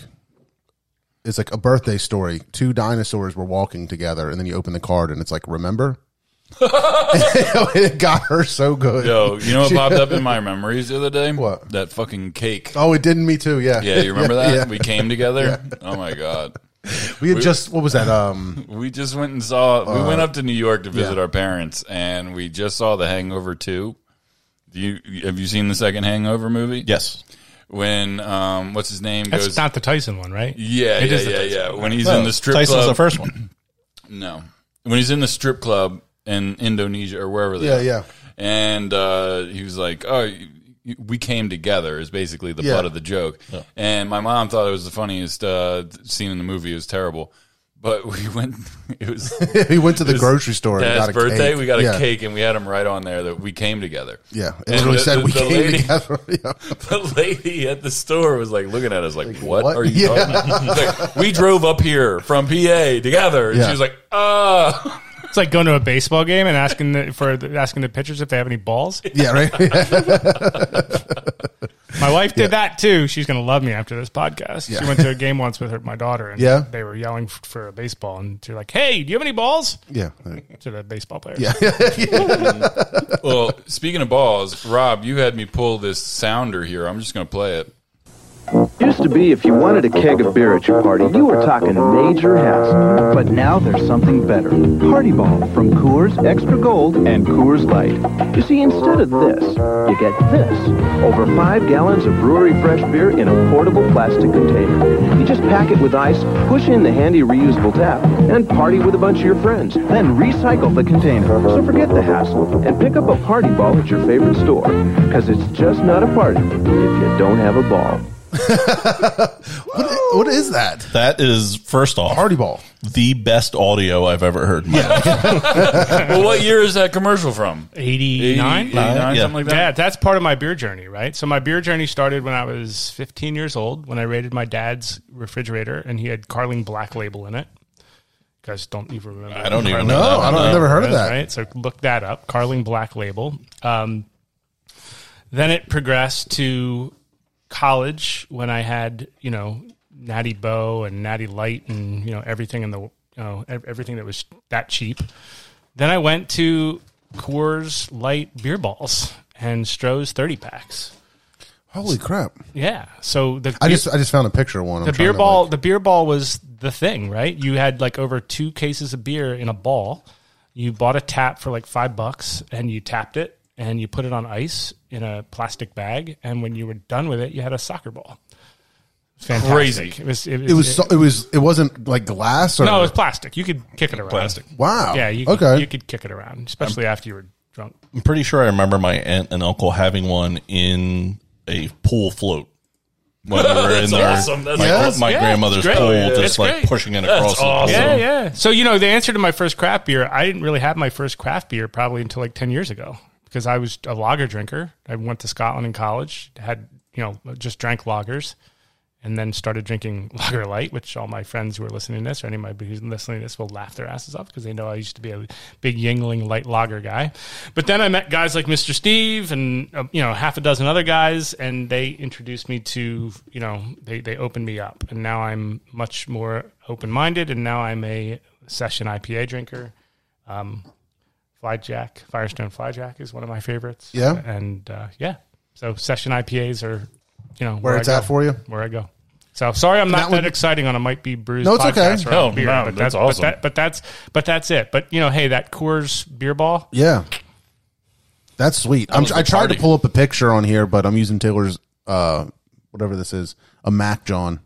Speaker 2: it's like a birthday story. Two dinosaurs were walking together, and then you open the card, and it's like remember. it got her so good.
Speaker 5: Yo, you know what popped up in my memories the other day?
Speaker 2: What?
Speaker 5: That fucking cake.
Speaker 2: Oh, it didn't. Me too. Yeah.
Speaker 5: Yeah, you remember that?
Speaker 2: Yeah.
Speaker 5: We came together. Oh my god.
Speaker 2: We had just what was that? Um,
Speaker 5: We just went and saw. we went up to New York to visit
Speaker 2: Uh, yeah.
Speaker 5: our parents, and we just saw The Hangover Two. Do you have you seen the second Hangover movie?
Speaker 3: Yes.
Speaker 5: When um, what's his name
Speaker 4: That's
Speaker 5: goes?
Speaker 4: not the Tyson one, right?
Speaker 5: yeah,
Speaker 4: It
Speaker 5: yeah,
Speaker 4: is the
Speaker 5: yeah,
Speaker 4: Tyson
Speaker 5: yeah. When he's in the strip
Speaker 3: Tyson's
Speaker 5: club.
Speaker 3: the first one.
Speaker 5: No, when he's in the strip club in Indonesia or wherever. They
Speaker 2: yeah,
Speaker 5: are.
Speaker 2: yeah.
Speaker 5: And uh, he was like, "Oh, you- you- we came together." Is basically the
Speaker 2: Yeah.
Speaker 5: butt of the joke. And my mom thought it was the funniest uh, scene in the movie. It was terrible, but we went. It was.
Speaker 2: we went to the
Speaker 5: His
Speaker 2: grocery store. and
Speaker 5: Dad's
Speaker 2: got a
Speaker 5: birthday,
Speaker 2: cake.
Speaker 5: we got a
Speaker 2: Yeah.
Speaker 5: cake, and we had him right on there that we came together.
Speaker 2: Yeah, it
Speaker 5: And
Speaker 2: literally
Speaker 5: the-
Speaker 2: said
Speaker 5: the-
Speaker 2: we
Speaker 5: the
Speaker 2: came
Speaker 5: lady-
Speaker 2: together. Yeah.
Speaker 5: The lady at the store was like looking at us like, "What,
Speaker 2: what?"
Speaker 5: are you?"
Speaker 2: Yeah.
Speaker 5: talking about?" She's like, we drove up here from PA together, and
Speaker 2: Yeah.
Speaker 5: she was like, "Uh,
Speaker 4: It's like going to a baseball game and asking the, for the, asking the pitchers if they have any balls.
Speaker 2: Yeah, right.
Speaker 4: My wife did that too. She's going to love me after this podcast.
Speaker 2: Yeah.
Speaker 4: She went to a game once with her, my daughter, and
Speaker 2: Yeah.
Speaker 4: they were yelling f- for a baseball, and they're like, "Hey, do you have any balls?"
Speaker 2: yeah,
Speaker 4: to the baseball player.
Speaker 2: yeah.
Speaker 5: well." Speaking of balls, Rob, you had me pull this sounder here. I'm just going to play it.
Speaker 6: Used to be if you wanted a keg of beer at your party, you were talking major hassle. But now there's something better. Party Ball from Coors Extra Gold and Coors Light. You see, instead of this, you get this. Over five gallons of brewery fresh beer in a portable plastic container. You just pack it with ice, push in the handy reusable tap, and party with a bunch of your friends. Then recycle the container. So forget the hassle and pick up a party ball at your favorite store. Because it's just not a party if you don't have a ball.
Speaker 2: What, what is that?
Speaker 3: That is first off
Speaker 2: Party ball.
Speaker 3: the best audio I've ever heard. in my life.
Speaker 5: Well, what year is that commercial from?
Speaker 4: 89?
Speaker 5: 89,
Speaker 3: Yeah.
Speaker 5: something like that.
Speaker 4: Yeah, that's part of my beer journey, right? So my beer journey started when I was 15 years old when I raided my dad's refrigerator and he had Carling Black Label in it. guys don't even remember.
Speaker 3: I don't even
Speaker 4: Carling
Speaker 2: No,
Speaker 3: know. that.
Speaker 2: I don't. I've never heard of
Speaker 4: Black,
Speaker 2: that.
Speaker 4: Right, so look that up. Carling Black Label. Um, then it progressed to college when I had you know Natty Bow and Natty Light and you know everything in the you know ev- everything that was that cheap. Then I went to Coors Light beer balls and Stroh's thirty packs.
Speaker 2: Holy crap!
Speaker 4: Yeah, so the
Speaker 2: I
Speaker 4: beer-
Speaker 2: just I just found a picture of one. I'm
Speaker 4: the
Speaker 2: trying
Speaker 4: beer
Speaker 2: to,
Speaker 4: ball
Speaker 2: like-
Speaker 4: the beer ball was the thing right you had like over two cases of beer in a ball you bought a tap for like five bucks and you tapped it and you put it on ice in a plastic bag and when you were done with it you had a soccer ball It's fantastic.
Speaker 5: Crazy.
Speaker 4: it was it,
Speaker 2: it was so, it was it wasn't like glass or
Speaker 4: no it was plastic you could kick it around
Speaker 3: Plastic.
Speaker 2: wow.
Speaker 4: yeah you could,
Speaker 2: okay.
Speaker 4: you could kick it around especially after you were drunk
Speaker 3: I'm pretty sure I remember my aunt and uncle having one in a pool float. When we were in there,
Speaker 5: awesome. That's
Speaker 3: my,
Speaker 2: awesome.
Speaker 3: my
Speaker 4: Yeah,
Speaker 3: grandmother's
Speaker 4: it's great.
Speaker 3: pool,
Speaker 4: Yeah.
Speaker 3: just
Speaker 4: It's
Speaker 3: like
Speaker 4: great.
Speaker 3: pushing it
Speaker 5: That's
Speaker 3: across. the
Speaker 5: awesome.
Speaker 3: pool.
Speaker 4: Yeah, yeah. So you know the answer to my first craft beer. I didn't really have my first craft beer probably until like ten years ago because I was a lager drinker. I went to Scotland in college, had you know just drank lagers, and then started drinking lager light, which all my friends who are listening to this or anybody who's listening to this will laugh their asses off because they know I used to be a big Yingling light lager guy. But then I met guys like Mr. Steve and uh, you know half a dozen other guys, and they introduced me to you know they they opened me up, and now I'm much more open minded, and now I'm a session IPA drinker. Um, Flyjack, Firestone Flyjack is one of my favorites.
Speaker 2: Yeah.
Speaker 4: and uh, yeah, so session IPAs are you know
Speaker 2: Where it's
Speaker 4: I
Speaker 2: at
Speaker 4: go
Speaker 2: for you?
Speaker 4: where I go. So sorry, I'm not
Speaker 2: that
Speaker 4: that,
Speaker 2: would-
Speaker 4: exciting on a might be bruised.
Speaker 2: No, it's
Speaker 4: podcast
Speaker 2: okay.
Speaker 4: or on
Speaker 5: No,
Speaker 4: beer,
Speaker 5: no,
Speaker 4: but
Speaker 5: that's
Speaker 4: that-
Speaker 5: awesome.
Speaker 4: But, that, but that's but that's it. But you know, hey, that Coors beer ball.
Speaker 2: Yeah. That's sweet. I'm,
Speaker 3: was
Speaker 2: I
Speaker 3: the
Speaker 2: tried to
Speaker 3: party.
Speaker 2: pull up a picture on here, but I'm using Taylor's, uh, whatever this is, a Mac John,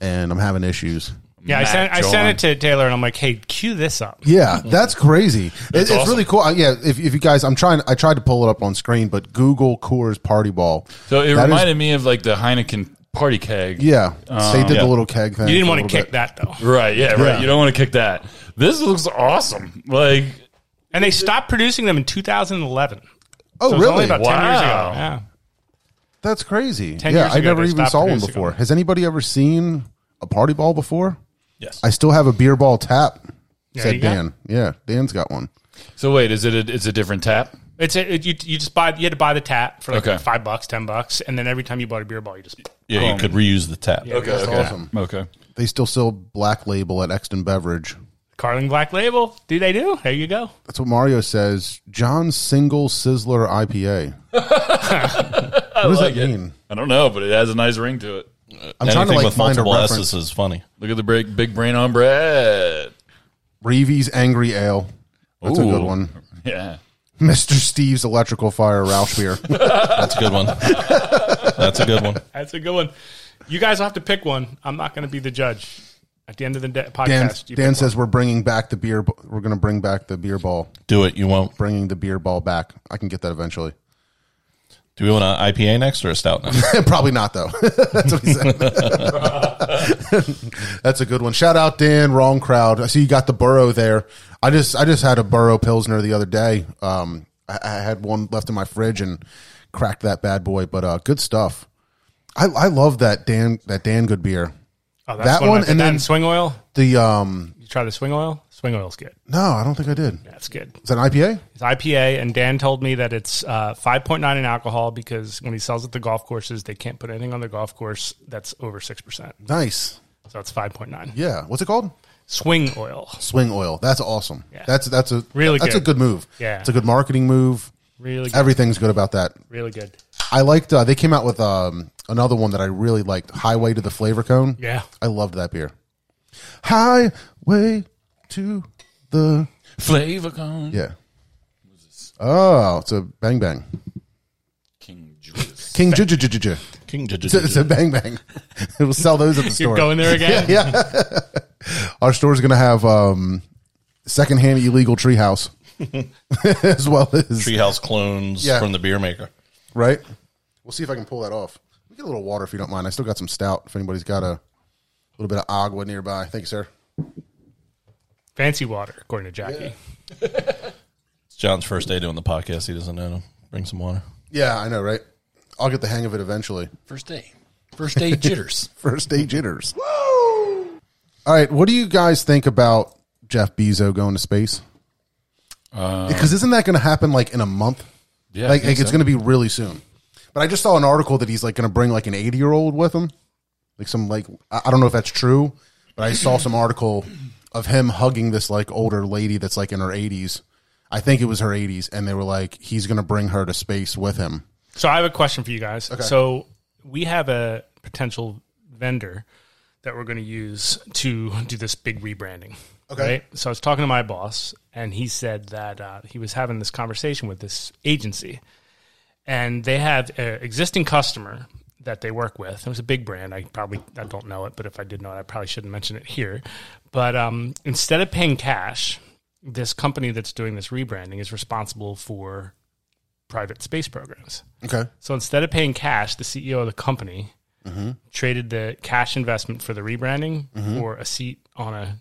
Speaker 2: and I'm having issues.
Speaker 4: Yeah, I
Speaker 5: Mac
Speaker 4: sent I
Speaker 5: John.
Speaker 4: sent it to Taylor, and I'm like, hey, cue this up.
Speaker 2: Yeah, that's crazy. It- it's
Speaker 5: awesome.
Speaker 2: really cool. I- Yeah, if, if you guys, I'm trying, I tried to pull it up on screen, but Google Coors Party Ball.
Speaker 5: So it
Speaker 2: That is-
Speaker 5: reminded me of like the Heineken party keg.
Speaker 2: yeah, they did
Speaker 3: yeah.
Speaker 2: the little keg thing.
Speaker 4: um, You didn't
Speaker 2: for a
Speaker 4: want to
Speaker 2: little
Speaker 4: kick
Speaker 2: bit.
Speaker 4: that though.
Speaker 5: Right. Yeah. Right.
Speaker 2: Yeah.
Speaker 5: You don't want to kick that. This looks awesome. Like
Speaker 4: And they stopped producing them in 2011.
Speaker 2: Oh,
Speaker 4: So it was
Speaker 2: really?
Speaker 4: Only about 10 years ago.
Speaker 5: Wow.
Speaker 4: Yeah.
Speaker 2: That's crazy.
Speaker 4: 10
Speaker 2: yeah,
Speaker 4: years
Speaker 2: I
Speaker 4: ago,
Speaker 2: never
Speaker 4: they
Speaker 2: even
Speaker 4: stopped
Speaker 2: saw one
Speaker 4: producing
Speaker 2: before.
Speaker 4: them.
Speaker 2: Has anybody ever seen a party ball before?
Speaker 3: Yes.
Speaker 2: I still have a beer ball tap.
Speaker 4: you
Speaker 2: said
Speaker 4: go.
Speaker 2: Dan. Yeah, Dan's got one.
Speaker 5: so. Wait. Is it? A, it's a different tap.
Speaker 4: It's a, it, you, you just buy you had to buy the tap for like
Speaker 5: Okay.
Speaker 4: five bucks, ten bucks, and then every time you bought a beer ball, you just
Speaker 3: yeah, you could reuse the tap.
Speaker 5: That's
Speaker 2: awesome.
Speaker 5: Oh. Okay.
Speaker 2: They still sell Black Label at Exton Beverage.
Speaker 4: Carling Black Label. Do they do? There you go.
Speaker 2: That's what Mario says. John's single sizzler IPA. what does that mean?
Speaker 5: I don't know, but it has a nice ring to it.
Speaker 2: I'm
Speaker 3: Anything
Speaker 2: trying to like
Speaker 3: with
Speaker 2: find a
Speaker 3: multiple
Speaker 2: reference.
Speaker 3: S's is funny.
Speaker 5: Look at the big, big brain on bread.
Speaker 2: Reeves Angry Ale. That's a
Speaker 5: Ooh.
Speaker 2: good one.
Speaker 5: Yeah.
Speaker 2: Mr. Steve's Electrical Fire Roush beer.
Speaker 3: That's a good one. That's a good one.
Speaker 4: That's a good one. You guys will have to pick one. I'm not going to be the judge. At the end of the de- podcast,
Speaker 2: Dan,
Speaker 4: you
Speaker 2: Dan
Speaker 4: pick
Speaker 2: says we're bringing back the beer. b- We're going to bring back the beer ball.
Speaker 3: Do it. You won't.
Speaker 2: Bringing the beer ball back. I can get that eventually.
Speaker 3: Do we want an IPA next or a stout next?
Speaker 2: Probably not though. That's what he said. That's a good one. Shout out Dan, wrong crowd. I see you got the burrow there. I just I just had a burrow pilsner the other day. Um, I, I had one left in my fridge and cracked that bad boy. But uh, good stuff. I I love that Dan that Dan good beer.
Speaker 4: one. Oh,
Speaker 2: that
Speaker 4: of my
Speaker 2: one,
Speaker 4: favorite.
Speaker 2: and
Speaker 4: That
Speaker 2: then-
Speaker 4: swing oil.
Speaker 2: The um
Speaker 4: You try the swing oil. Swing oil's good.
Speaker 2: no, I don't think I did.
Speaker 4: That's good.
Speaker 2: Is that an IPA?
Speaker 4: It's IPA, and Dan told me that it's uh, 5.9 in alcohol because when he sells at the golf courses, they can't put anything on their golf course that's over six percent.
Speaker 2: Nice.
Speaker 4: So it's 5.9.
Speaker 2: Yeah. What's it called?
Speaker 4: Swing oil,
Speaker 2: Swing oil. That's awesome.
Speaker 4: Yeah.
Speaker 2: That's that's a
Speaker 4: Really
Speaker 2: that's
Speaker 4: good.
Speaker 2: a good move.
Speaker 4: Yeah.
Speaker 2: It's a good marketing move.
Speaker 4: really, good,
Speaker 2: Everything's good about that.
Speaker 4: really good.
Speaker 2: I liked. Uh, they came out with um, another one that I really liked, Highway to the Flavor Cone.
Speaker 4: Yeah.
Speaker 2: I loved that beer. Highway to the
Speaker 5: Flavor cone.
Speaker 2: yeah. Oh, it's a bang bang.
Speaker 5: King Judas.
Speaker 2: King J J J J.
Speaker 3: King
Speaker 2: It's a bang bang. It will sell those at the
Speaker 4: You're
Speaker 2: store.
Speaker 4: going there again.
Speaker 2: Our store's going to have um, secondhand illegal treehouse, as well as
Speaker 3: Treehouse clones
Speaker 2: Yeah.
Speaker 3: from the beer maker.
Speaker 2: right. We'll see if I can pull that off. We get a little water if you don't mind. I still got some stout. If anybody's got a little bit of agua nearby, thank you, sir.
Speaker 4: Fancy water, according to Jackie.
Speaker 3: It's John's first day doing the podcast. He doesn't know. Bring some water.
Speaker 2: Yeah, I know, right? I'll get the hang of it eventually.
Speaker 5: First day. First day jitters.
Speaker 2: First day jitters. All right, what do you guys think about Jeff Bezos going to space? Because isn't that going to happen like in a month?
Speaker 5: Yeah, I
Speaker 2: like,
Speaker 5: think
Speaker 2: like, it's
Speaker 5: so.
Speaker 2: going to be really soon. But I just saw an article that he's like going to bring like an eighty year old with him, like some like I I don't know if that's true, but I saw some article of him hugging this like older lady that's like in her eighties. I think it was her eighties, and they were like, he's going to bring her to space with him.
Speaker 4: So I have a question for you guys. So we have a potential vendor that we're going to use to do this big rebranding.
Speaker 2: Okay.
Speaker 4: So I was talking to my boss, and he said that uh, he was having this conversation with this agency, and they have an existing customer that they work with. It was a big brand. I probably I don't know it, but if I did know it, I probably shouldn't mention it here. But um, instead of paying cash, this company that's doing this rebranding is responsible for private space programs.
Speaker 2: Okay,
Speaker 4: So instead of paying cash, the CEO of the company traded the cash investment for the rebranding for a seat on a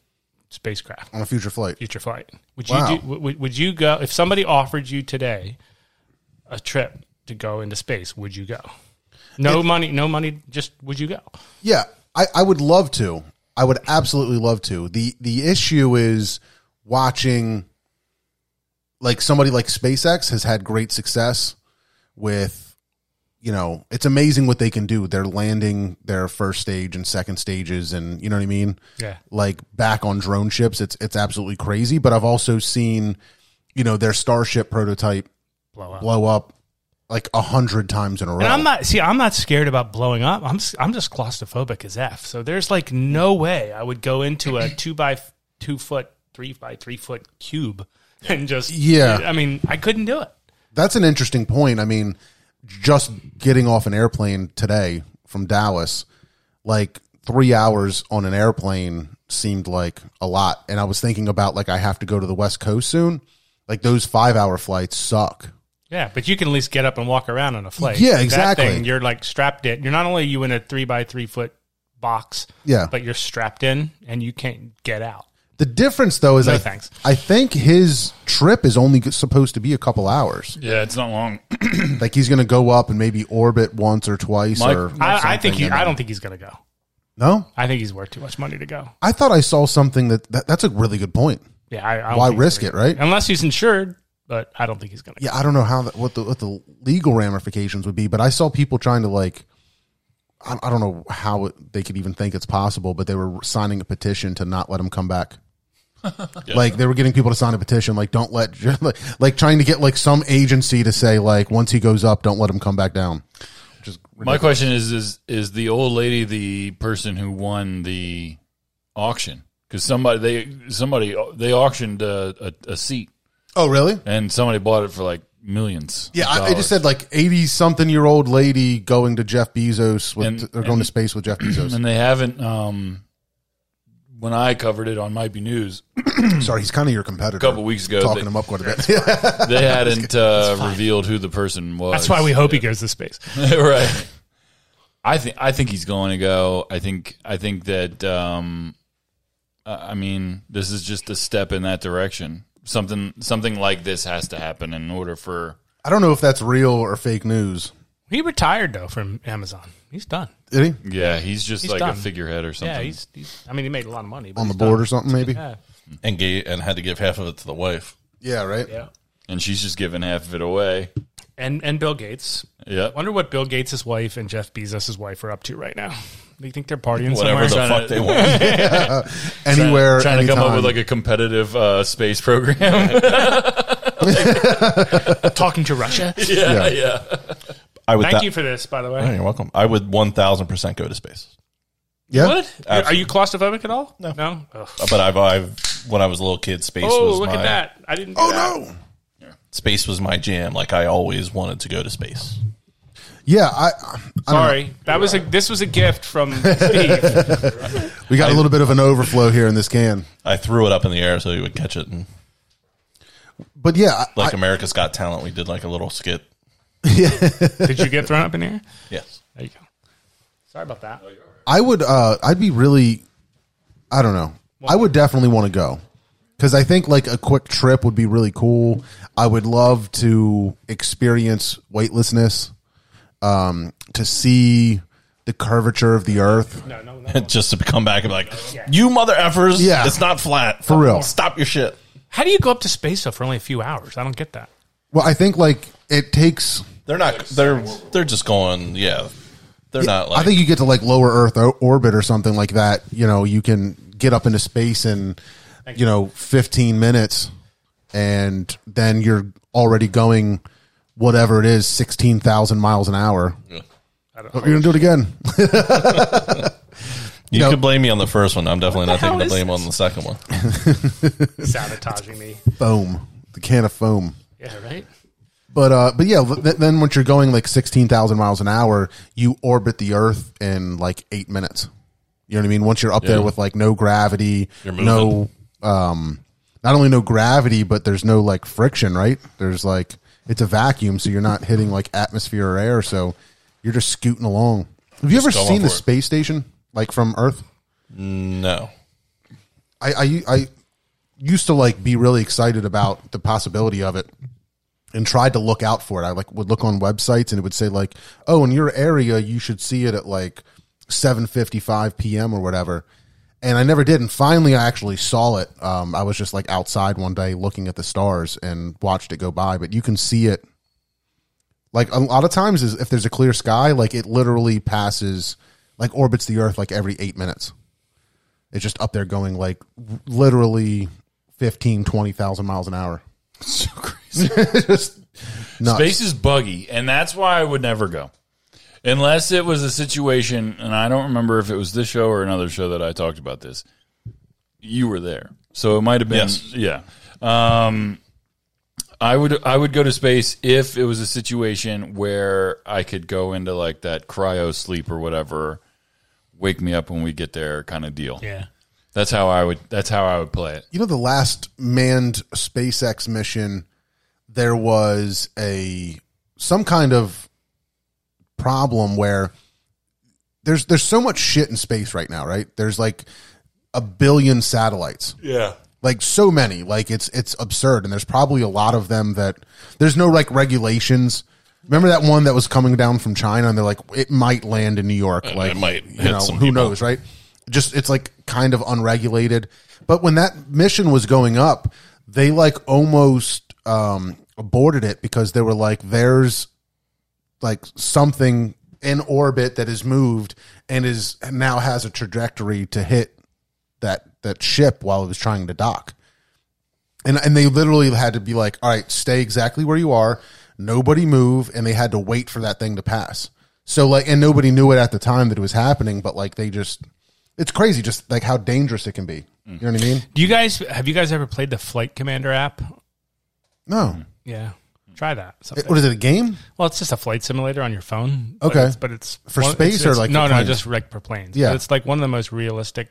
Speaker 4: spacecraft
Speaker 2: on a future flight.
Speaker 4: future flight. Would
Speaker 2: Wow.
Speaker 4: you do, would, would you go if somebody offered you today a trip to go into space? Would you go? No money, no money. Just would you go?
Speaker 2: Yeah, I, I would love to. I would absolutely love to. the The issue is watching, like somebody like SpaceX has had great success with, you know, it's amazing what they can do. They're landing their first stage and second stages, and you know what I mean.
Speaker 4: Yeah.
Speaker 2: like back on drone ships, it's it's absolutely crazy. But I've also seen, you know, their Starship prototype blow up, like a hundred times in a row.
Speaker 4: And I'm not see, I'm not scared about blowing up. I'm s- I'm just claustrophobic as f. So there's like no way I would go into a two by f- two foot, three by three foot cube and just
Speaker 2: Yeah.
Speaker 4: I mean, I couldn't do it.
Speaker 2: That's an interesting point. I mean, just getting off an airplane today from Dallas, like three hours on an airplane seemed like a lot. And I was thinking about like I have to go to the West Coast soon. Like those five hour flights suck.
Speaker 4: Yeah, but you can at least get up and walk around on a flight.
Speaker 2: Yeah,
Speaker 4: That
Speaker 2: exactly.
Speaker 4: thing, you're like strapped in. You're not only you in a three by three foot box,
Speaker 2: Yeah.
Speaker 4: but you're strapped in and you can't get out.
Speaker 2: The difference though is
Speaker 4: No
Speaker 2: I,
Speaker 4: thanks.
Speaker 2: I think his trip is only supposed to be a couple hours.
Speaker 5: Yeah, it's not long.
Speaker 2: Like he's going to go up and maybe orbit once or twice
Speaker 5: Mike-
Speaker 2: or
Speaker 4: I, I
Speaker 2: something,
Speaker 4: think he,
Speaker 2: and
Speaker 4: I
Speaker 2: then-
Speaker 4: don't think he's gonna go.
Speaker 2: No.
Speaker 4: I think he's worth too much money to go.
Speaker 2: I thought I saw something that, that that's a really good point.
Speaker 4: Yeah, I, I don't
Speaker 2: Why
Speaker 4: think he's
Speaker 2: risk
Speaker 4: gonna
Speaker 2: it, right?
Speaker 4: go. Unless he's insured, but I don't think he's gonna. go.
Speaker 2: yeah, I don't know how that, what the what the legal ramifications would be, but I saw people trying to like, I, I don't know how it, they could even think it's possible, but they were signing a petition to not let him come back. Like they were getting people to sign a petition, like don't let like, like trying to get like some agency to say like once he goes up, don't let him come back down. Which is
Speaker 5: My question is is is the old lady the person who won the auction? Because somebody they somebody they auctioned a, a, a seat
Speaker 2: oh really?
Speaker 5: and somebody bought it for like millions. of
Speaker 2: Yeah, I, I
Speaker 5: dollars.
Speaker 2: just said like eighty something year old lady going to Jeff Bezos with
Speaker 5: And-
Speaker 2: or going to space with Jeff Bezos.
Speaker 5: and they haven't. Um, when I covered it on Might Be News
Speaker 2: Sorry, he's kind of your competitor. A
Speaker 5: couple weeks ago,
Speaker 2: talking
Speaker 5: they-
Speaker 2: him up quite a bit. Yeah.
Speaker 5: they hadn't uh, revealed who the person was.
Speaker 4: That's why we hope he goes to space.
Speaker 5: right. I think I think he's going to go. I think I think that um, I I mean this is just a step in that direction. Something something like this has to happen in order for
Speaker 2: I don't know if that's real or fake news.
Speaker 4: He retired though from Amazon. He's done.
Speaker 2: Did he?
Speaker 5: yeah. He's just
Speaker 4: He's
Speaker 5: like
Speaker 4: done.
Speaker 5: a figurehead or something.
Speaker 4: Yeah, he's, he's. I mean, he made a lot of money but
Speaker 2: on the
Speaker 4: he's done.
Speaker 2: board or something, maybe.
Speaker 4: Yeah,
Speaker 3: and gave, and had to give half of it to the wife.
Speaker 2: Yeah, right.
Speaker 4: yeah.
Speaker 5: and she's just giving half of it away.
Speaker 4: And and Bill Gates.
Speaker 5: Yeah.
Speaker 4: Wonder what Bill Gates' wife and Jeff Bezos' wife are up to right now. Do you think they're partying
Speaker 3: Whatever the
Speaker 4: somewhere?
Speaker 5: Trying
Speaker 3: fuck
Speaker 5: to-
Speaker 3: they want.
Speaker 2: Anywhere,
Speaker 5: trying to come up
Speaker 2: anytime.
Speaker 5: with like a competitive uh, space program.
Speaker 4: talking to Russia.
Speaker 2: yeah.
Speaker 3: I would.
Speaker 4: Thank
Speaker 3: thou-
Speaker 4: you for this, by the way.
Speaker 3: Oh, you're welcome. I would one thousand percent go to space.
Speaker 2: Yeah.
Speaker 4: What? Are you claustrophobic at all? No. No. Ugh.
Speaker 3: But I've, I've when I was a little kid, space
Speaker 4: Oh,
Speaker 3: was
Speaker 4: look
Speaker 3: my
Speaker 4: at that! I didn't. Do
Speaker 2: Oh
Speaker 4: that.
Speaker 2: no.
Speaker 3: space was my jam. Like I always wanted to go to space.
Speaker 2: Yeah, I. I don't know.
Speaker 4: Sorry, that was a. This was a gift from Steve.
Speaker 2: We got a little bit of an overflow here in this can,
Speaker 3: I threw it up in the air so he would catch it. And
Speaker 2: but yeah, I-
Speaker 3: like America's Got Talent, we did like a little skit.
Speaker 4: Did you get thrown up in the air?
Speaker 3: Yes.
Speaker 4: There you go. Sorry about that.
Speaker 2: I would. Uh, I'd be really. I don't know. I would definitely want to go because I think like a quick trip would be really cool. I would love to experience weightlessness, um, to see the curvature of the earth.
Speaker 4: No, no, no.
Speaker 3: just to come back and be like, you mother effers.
Speaker 2: Yeah.
Speaker 3: It's not flat.
Speaker 2: For real.
Speaker 3: Stop your shit.
Speaker 4: How do you go up to space though for only a few hours? I don't get that.
Speaker 2: Well, I think like it takes.
Speaker 3: They're not, they're, they're just going, yeah. They're not like,
Speaker 2: I think you get to like lower Earth o- orbit or something like that. You know, you can get up into space in, you know, fifteen minutes, and then you're already going whatever it is, sixteen thousand miles an hour. Oh, you're gonna do it again.
Speaker 3: you
Speaker 2: no.
Speaker 3: could blame me on the first one. I'm definitely not taking the
Speaker 4: hell is
Speaker 3: blame on the second one.
Speaker 4: Sabotaging me.
Speaker 2: foam, the can of foam.
Speaker 4: Yeah, right.
Speaker 2: But uh, but yeah, th- then once you're going like sixteen thousand miles an hour, you orbit the Earth in like eight minutes. You know what I mean? Once you're up there
Speaker 3: Yeah.
Speaker 2: with like no gravity,
Speaker 3: You're moving.
Speaker 2: no um, not only no gravity, but there's no like friction, right? There's like it's a vacuum, so you're not hitting like atmosphere or air, so you're just scooting along. Have you ever
Speaker 3: going
Speaker 2: seen the
Speaker 3: for it.
Speaker 2: space station like from Earth?
Speaker 3: No.
Speaker 2: I, I I used to like be really excited about the possibility of it and tried to look out for it. I like would look on websites and it would say like, "Oh, in your area you should see it at like 7:55 p.m. or whatever." And I never did. And finally I actually saw it. Um, I was just like outside one day looking at the stars and watched it go by, but you can see it like a lot of times is if there's a clear sky, like it literally passes like orbits the earth like every 8 minutes. It's just up there going like literally 15, 20,000 miles an hour.
Speaker 5: So crazy.
Speaker 2: just nuts.
Speaker 5: Space is buggy, and that's why I would never go. Unless it was a situation, and I don't remember if it was this show or another show that I talked about this. You were there, so it might have been.
Speaker 3: Yes.
Speaker 5: Yeah. Um, I would I would go to space if it was a situation where I could go into like that cryo sleep or whatever, wake me up when we get there kind of deal.
Speaker 4: Yeah.
Speaker 5: That's how I would that's how I would play it.
Speaker 2: you know the last manned SpaceX mission there was a some kind of problem where there's there's so much shit in space right now, right? There's like a billion satellites.
Speaker 3: Yeah.
Speaker 2: like so many like it's it's absurd and there's probably a lot of them that there's no like regulations remember that one that was coming down from china and they're like it might land in new york like
Speaker 3: might
Speaker 2: you
Speaker 3: hit
Speaker 2: know
Speaker 3: some
Speaker 2: who
Speaker 3: people.
Speaker 2: knows right just it's like kind of unregulated but when that mission was going up they like almost um aborted it because they were like there's like something in orbit that is moved and is now has a trajectory to hit that that ship while it was trying to dock. And and they literally had to be like, "All right, stay exactly where you are. Nobody move." And they had to wait for that thing to pass. So like and nobody knew it at the time that it was happening, but like they just it's crazy just like how dangerous it can be. You know what I mean?
Speaker 4: Do you guys have you guys ever played the Flight Commander app?
Speaker 2: No.
Speaker 4: Yeah. Try that. someday.
Speaker 2: What is it a game?
Speaker 4: Well, it's just a flight simulator on your phone. but
Speaker 2: Okay.
Speaker 4: it's- but it's
Speaker 2: For
Speaker 4: one-
Speaker 2: space
Speaker 4: it's-
Speaker 2: or
Speaker 4: it's-
Speaker 2: like
Speaker 4: no,
Speaker 2: for
Speaker 4: no,
Speaker 2: planes?
Speaker 4: just like for planes.
Speaker 2: Yeah.
Speaker 4: But it's like one of the most realistic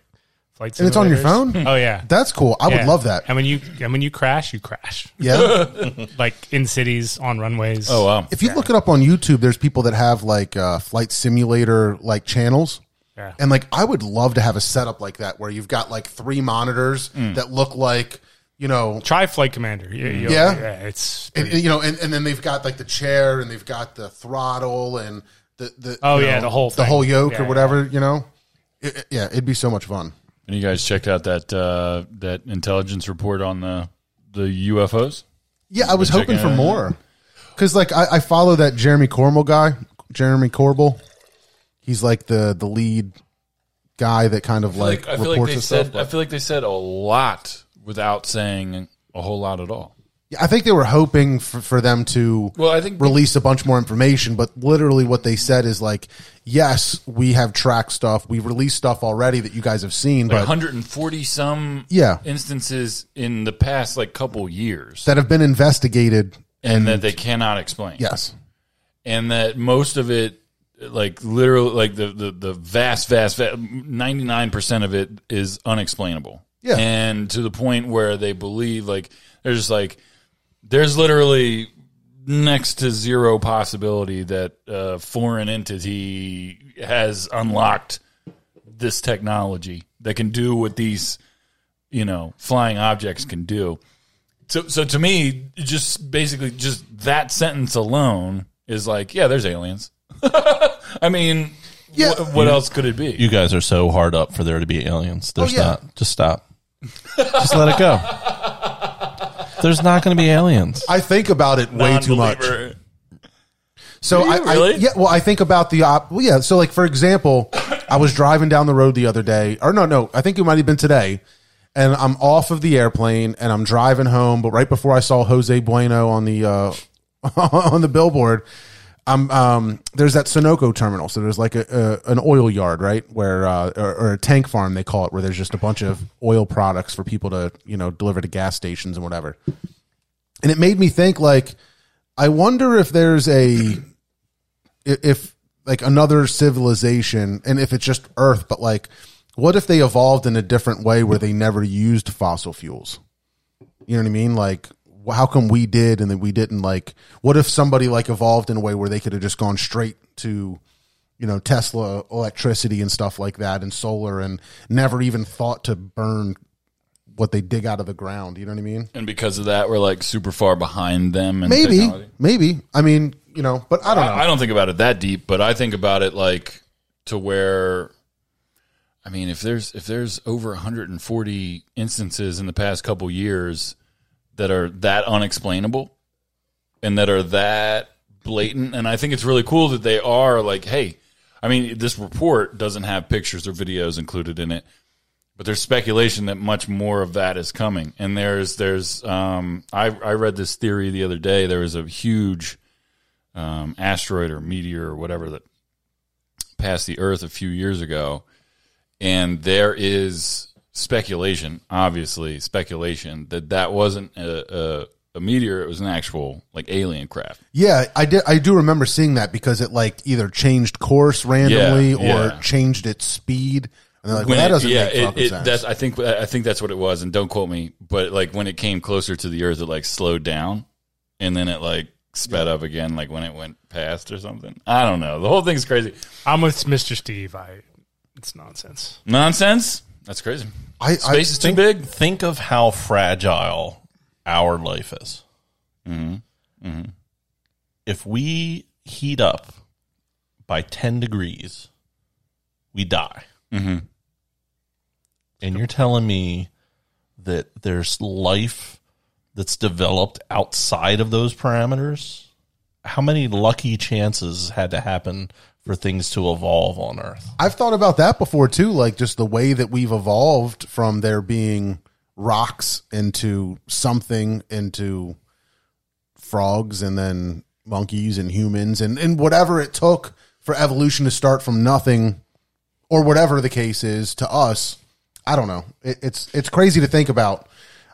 Speaker 4: flights.
Speaker 2: And it's on your phone?
Speaker 4: Oh yeah,
Speaker 2: That's cool. I would
Speaker 4: Yeah.
Speaker 2: love that.
Speaker 4: And when you and when you crash, you crash
Speaker 2: Yeah.
Speaker 4: like in cities on runways.
Speaker 5: Oh wow.
Speaker 2: if you look it up on YouTube, there's people that have like uh, flight simulator like channels.
Speaker 4: Yeah.
Speaker 2: And like I would love to have a setup like that where you've got like three monitors
Speaker 4: Mm.
Speaker 2: that look like, you know,
Speaker 4: try Flight Commander. You- you'll-
Speaker 2: Yeah?
Speaker 4: it's
Speaker 2: and, and, you know, and, and then they've got like the chair and they've got the throttle and the, the
Speaker 4: Oh,
Speaker 2: you
Speaker 4: yeah,
Speaker 2: know,
Speaker 4: the whole
Speaker 2: the whole
Speaker 4: thing.
Speaker 2: yoke
Speaker 4: Yeah,
Speaker 2: or
Speaker 4: yeah.
Speaker 2: whatever, you know. It, it- yeah, it'd be so much fun.
Speaker 5: And you guys checked out that uh, that intelligence report on the the UFOs?
Speaker 2: Yeah, I was
Speaker 5: Check
Speaker 2: hoping
Speaker 5: it
Speaker 2: for
Speaker 5: out.
Speaker 2: more because like I, I follow that Jeremy Corbel guy, Jeremy Corbel. He's like the the lead guy that kind of like,
Speaker 5: I feel
Speaker 2: reports
Speaker 5: like they
Speaker 2: this
Speaker 5: said
Speaker 2: stuff.
Speaker 5: I feel like they said a lot without saying a whole lot at all.
Speaker 2: Yeah, I think they were hoping for, for them to
Speaker 5: Well, I think-
Speaker 2: release a bunch more information, but literally what they said is like, yes, we have tracked stuff, we've released stuff already that you guys have seen,
Speaker 5: Like
Speaker 2: but
Speaker 5: 140 some
Speaker 2: Yeah.
Speaker 5: instances in the past like couple years
Speaker 2: that have been investigated.
Speaker 5: and that they cannot explain.
Speaker 2: Yes,
Speaker 5: And that most of it like literally like the the, the vast vast vast 99% of it is unexplainable.
Speaker 2: Yeah.
Speaker 5: And to the point where they believe like they're just like there's literally next to zero possibility that a foreign entity has unlocked this technology that can do what these you know flying objects can do so so to me just basically just that sentence alone is like yeah there's aliens i mean
Speaker 2: Yeah.
Speaker 5: What, what else could it be?
Speaker 3: You guys are so hard up for there to be aliens. There's
Speaker 2: Oh, yeah.
Speaker 3: not. Just stop. just let it go. There's not going to be aliens.
Speaker 2: I think about it way too much.
Speaker 5: Non-believer.
Speaker 2: So I, I-
Speaker 5: really?
Speaker 2: yeah, well, I think about the op. Well, yeah. So like for example, I was driving down the road the other day, or no, no, I think it might have been today, and I'm off of the airplane and I'm driving home. But right before I saw Jose Bueno on the uh, on the billboard, I'm um, there's that Sunoco terminal. So there's like a, a an oil yard, right, where uh, or, or a tank farm they call it, where there's just a bunch of oil products for people to you know deliver to gas stations and whatever. And it made me think like. I wonder if there's a i- if like another civilization and if it's just earth but like what if they evolved in a different way where they never used fossil fuels you know what i mean like wh- how come we did and then we didn't like what if somebody like evolved in a way where they could have just gone straight to you know tesla electricity and stuff like that and solar and never even thought to burn what they dig out of the ground you know what i mean
Speaker 5: And because of that, we're like super far behind them. And
Speaker 2: maybe
Speaker 5: technology.
Speaker 2: maybe i mean you know but i don't know
Speaker 5: I, I don't think about it that deep, but I think about it like to where, I mean, if there's if there's over 140 instances in the past couple years that are that unexplainable and that are that blatant, and I think it's really cool that they are like, hey, I mean, this report doesn't have pictures or videos included in it, but there's speculation that much more of that is coming. And there's there's um, I I read this theory the other day. There was a huge um, asteroid or meteor or whatever that passed the Earth a few years ago, and there is speculation, obviously speculation, that that wasn't a, a, a meteor; it was an actual like alien craft.
Speaker 2: Yeah, I did. I do remember seeing that because it like either changed course randomly
Speaker 5: Yeah,
Speaker 2: or
Speaker 5: yeah.
Speaker 2: changed its speed. And they're like,
Speaker 5: When
Speaker 2: well, that
Speaker 5: it-
Speaker 2: doesn't make
Speaker 5: it-
Speaker 2: fucking
Speaker 5: it-
Speaker 2: sense.
Speaker 5: That's, I think I think that's what it was, and don't quote me, but like when it came closer to the Earth, it like slowed down, and then it like sped up again, like when it went past or something. I don't know. The whole thing's crazy
Speaker 4: I'm with Mr. Steve. I it's nonsense.
Speaker 5: nonsense. That's crazy.
Speaker 2: I, I-
Speaker 5: Space is too
Speaker 3: think,
Speaker 5: big.
Speaker 3: Think of how fragile our life is. If we heat up by 10 degrees, we die. And you're telling me that there's life that's developed outside of those parameters? How many lucky chances had to happen for things to evolve on Earth?
Speaker 2: I've thought about that before too. Like just the way that we've evolved from there being rocks into something into frogs and then monkeys and humans and, and whatever it took for evolution to start from nothing or whatever the case is to us. I don't know. It, it's it's crazy to think about.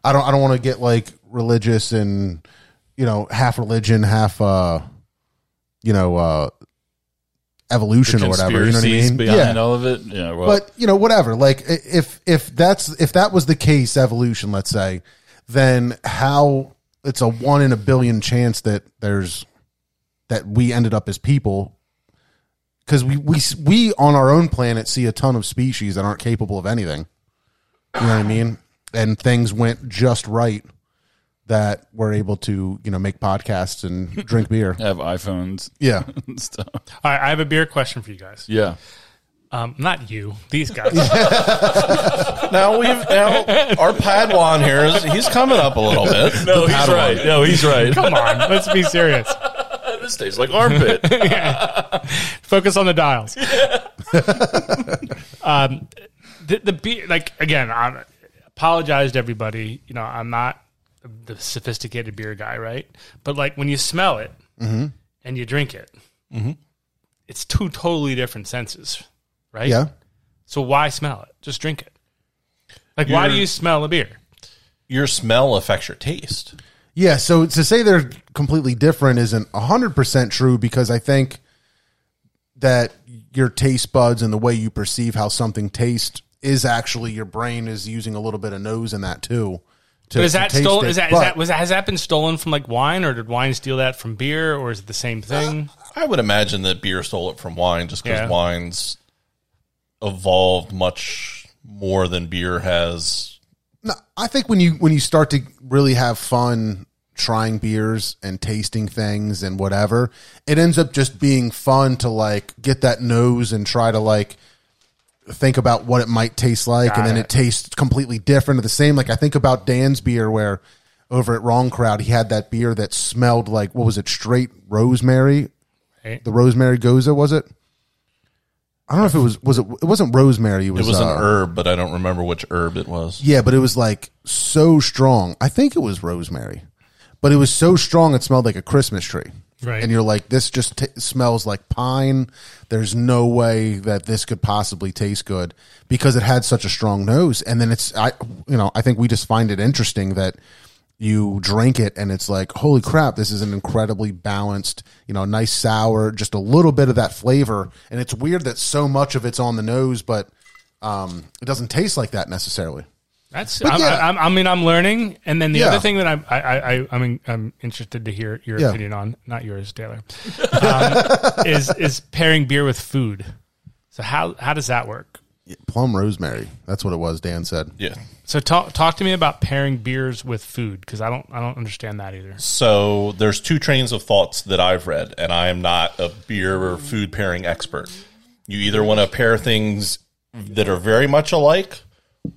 Speaker 2: I don't I don't want to get like religious and you know half religion half uh you know uh evolution or whatever. You know what I
Speaker 5: Conspiracies
Speaker 2: mean?
Speaker 5: behind all of it. Yeah, well,
Speaker 2: but you know whatever like i- if if that's if that was the case evolution let's say then how it's a one in a billion chance that there's that we ended up as people because we, we s- we on our own planet see a ton of species that aren't capable of anything you know what i mean and things went just right that we're able to you know make podcasts and drink beer
Speaker 5: have iPhones
Speaker 2: yeah
Speaker 5: and stuff.
Speaker 4: All right, I have a beer question for you guys.
Speaker 5: Yeah.
Speaker 4: Um, not you, these guys.
Speaker 3: Now we've now our Padawan here is he's coming up a little bit.
Speaker 5: No, he's right. No, he's right.
Speaker 4: Come on, let's be serious.
Speaker 5: this tastes like armpit.
Speaker 4: Focus on the dials. um, the, the beer, like again, I apologize to everybody. You know, I'm not the sophisticated beer guy, right? But like when you smell it
Speaker 2: Mm-hmm.
Speaker 4: and you drink it, it's two totally different senses, right?
Speaker 2: yeah
Speaker 4: So why smell it? Just drink it. Like, why do
Speaker 3: You're-
Speaker 4: you smell a beer?
Speaker 3: Your smell affects your taste.
Speaker 2: Yeah, so to say they're completely different isn't 100% true because I think that your taste buds and the way you perceive how something tastes is actually your brain is using a little bit of nose in that too. To,
Speaker 4: But is
Speaker 2: to
Speaker 4: that
Speaker 2: taste
Speaker 4: stolen?
Speaker 2: it.
Speaker 4: Is that, is
Speaker 2: But
Speaker 4: that was that, has that been stolen from like wine, or did wine steal that from beer, or is it the same thing?
Speaker 3: I would imagine that beer stole it from wine just because
Speaker 4: Yeah.
Speaker 3: wine's evolved much more than beer has.
Speaker 2: no, I think when you when you start to really have fun trying beers and tasting things and whatever. It ends up just being fun to like get that nose and try to like think about what it might taste like and then it. tastes completely different or the same. Like I think about Dan's beer where over at Wrong Crowd he had that beer that smelled like what was it, straight rosemary?
Speaker 4: Right.
Speaker 2: The rosemary goza, was it? I don't know if it was was it it wasn't rosemary, it was,
Speaker 3: It was an
Speaker 2: uh,
Speaker 3: herb, but I don't remember which herb it was.
Speaker 2: yeah, but it was like so strong. I think it was rosemary, but it was so strong it smelled like a Christmas tree.
Speaker 4: Right.
Speaker 2: And you're like, this just t- smells like pine. There's no way that this could possibly taste good because it had such a strong nose. And then it's, I, you know, I think we just find it interesting that you drink it and it's like, holy crap, this is an incredibly balanced, you know, nice sour, just a little bit of that flavor. And it's weird that so much of it's on the nose, but um, it doesn't taste like that necessarily.
Speaker 4: That's.
Speaker 2: But
Speaker 4: I'm,
Speaker 2: yeah.
Speaker 4: I'm, I mean, I'm learning, and then the
Speaker 2: Yeah.
Speaker 4: other thing that I'm, I, I, I- I'm, I'm interested to hear your
Speaker 2: Yeah.
Speaker 4: opinion on, not yours, Taylor, um, is is pairing beer with food. So how how does that work?
Speaker 2: plum rosemary. That's what it was. Dan said.
Speaker 3: Yeah.
Speaker 4: So talk talk to me about pairing beers with food because I don't I don't understand that either.
Speaker 3: So there's two trains of thoughts that I've read, and I am not a beer or food pairing expert. You either want to pair things that are very much alike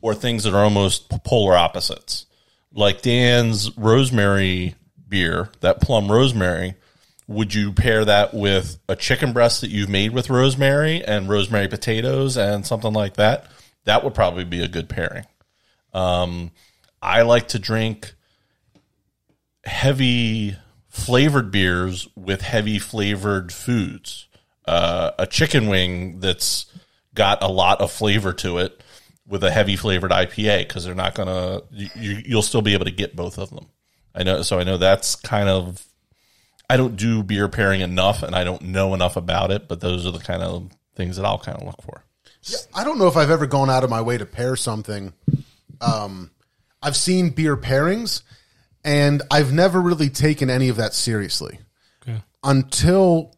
Speaker 3: or things that are almost p- polar opposites. Like Dan's rosemary beer, that plum rosemary, would you pair that with a chicken breast that you've made with rosemary and rosemary potatoes and something like that? That would probably be a good pairing. Um, I like to drink heavy flavored beers with heavy flavored foods. Uh, a chicken wing that's got a lot of flavor to it with a heavy flavored IPA because they're not gonna. You, you- you'll still be able to get both of them. I know, so I know that's kind of. I don't do beer pairing enough, and I don't know enough about it. But those are the kind of things that I'll kind of look for.
Speaker 2: I don't know if I've ever gone out of my way to pair something. Um, I've seen beer pairings, and I've never really taken any of that seriously until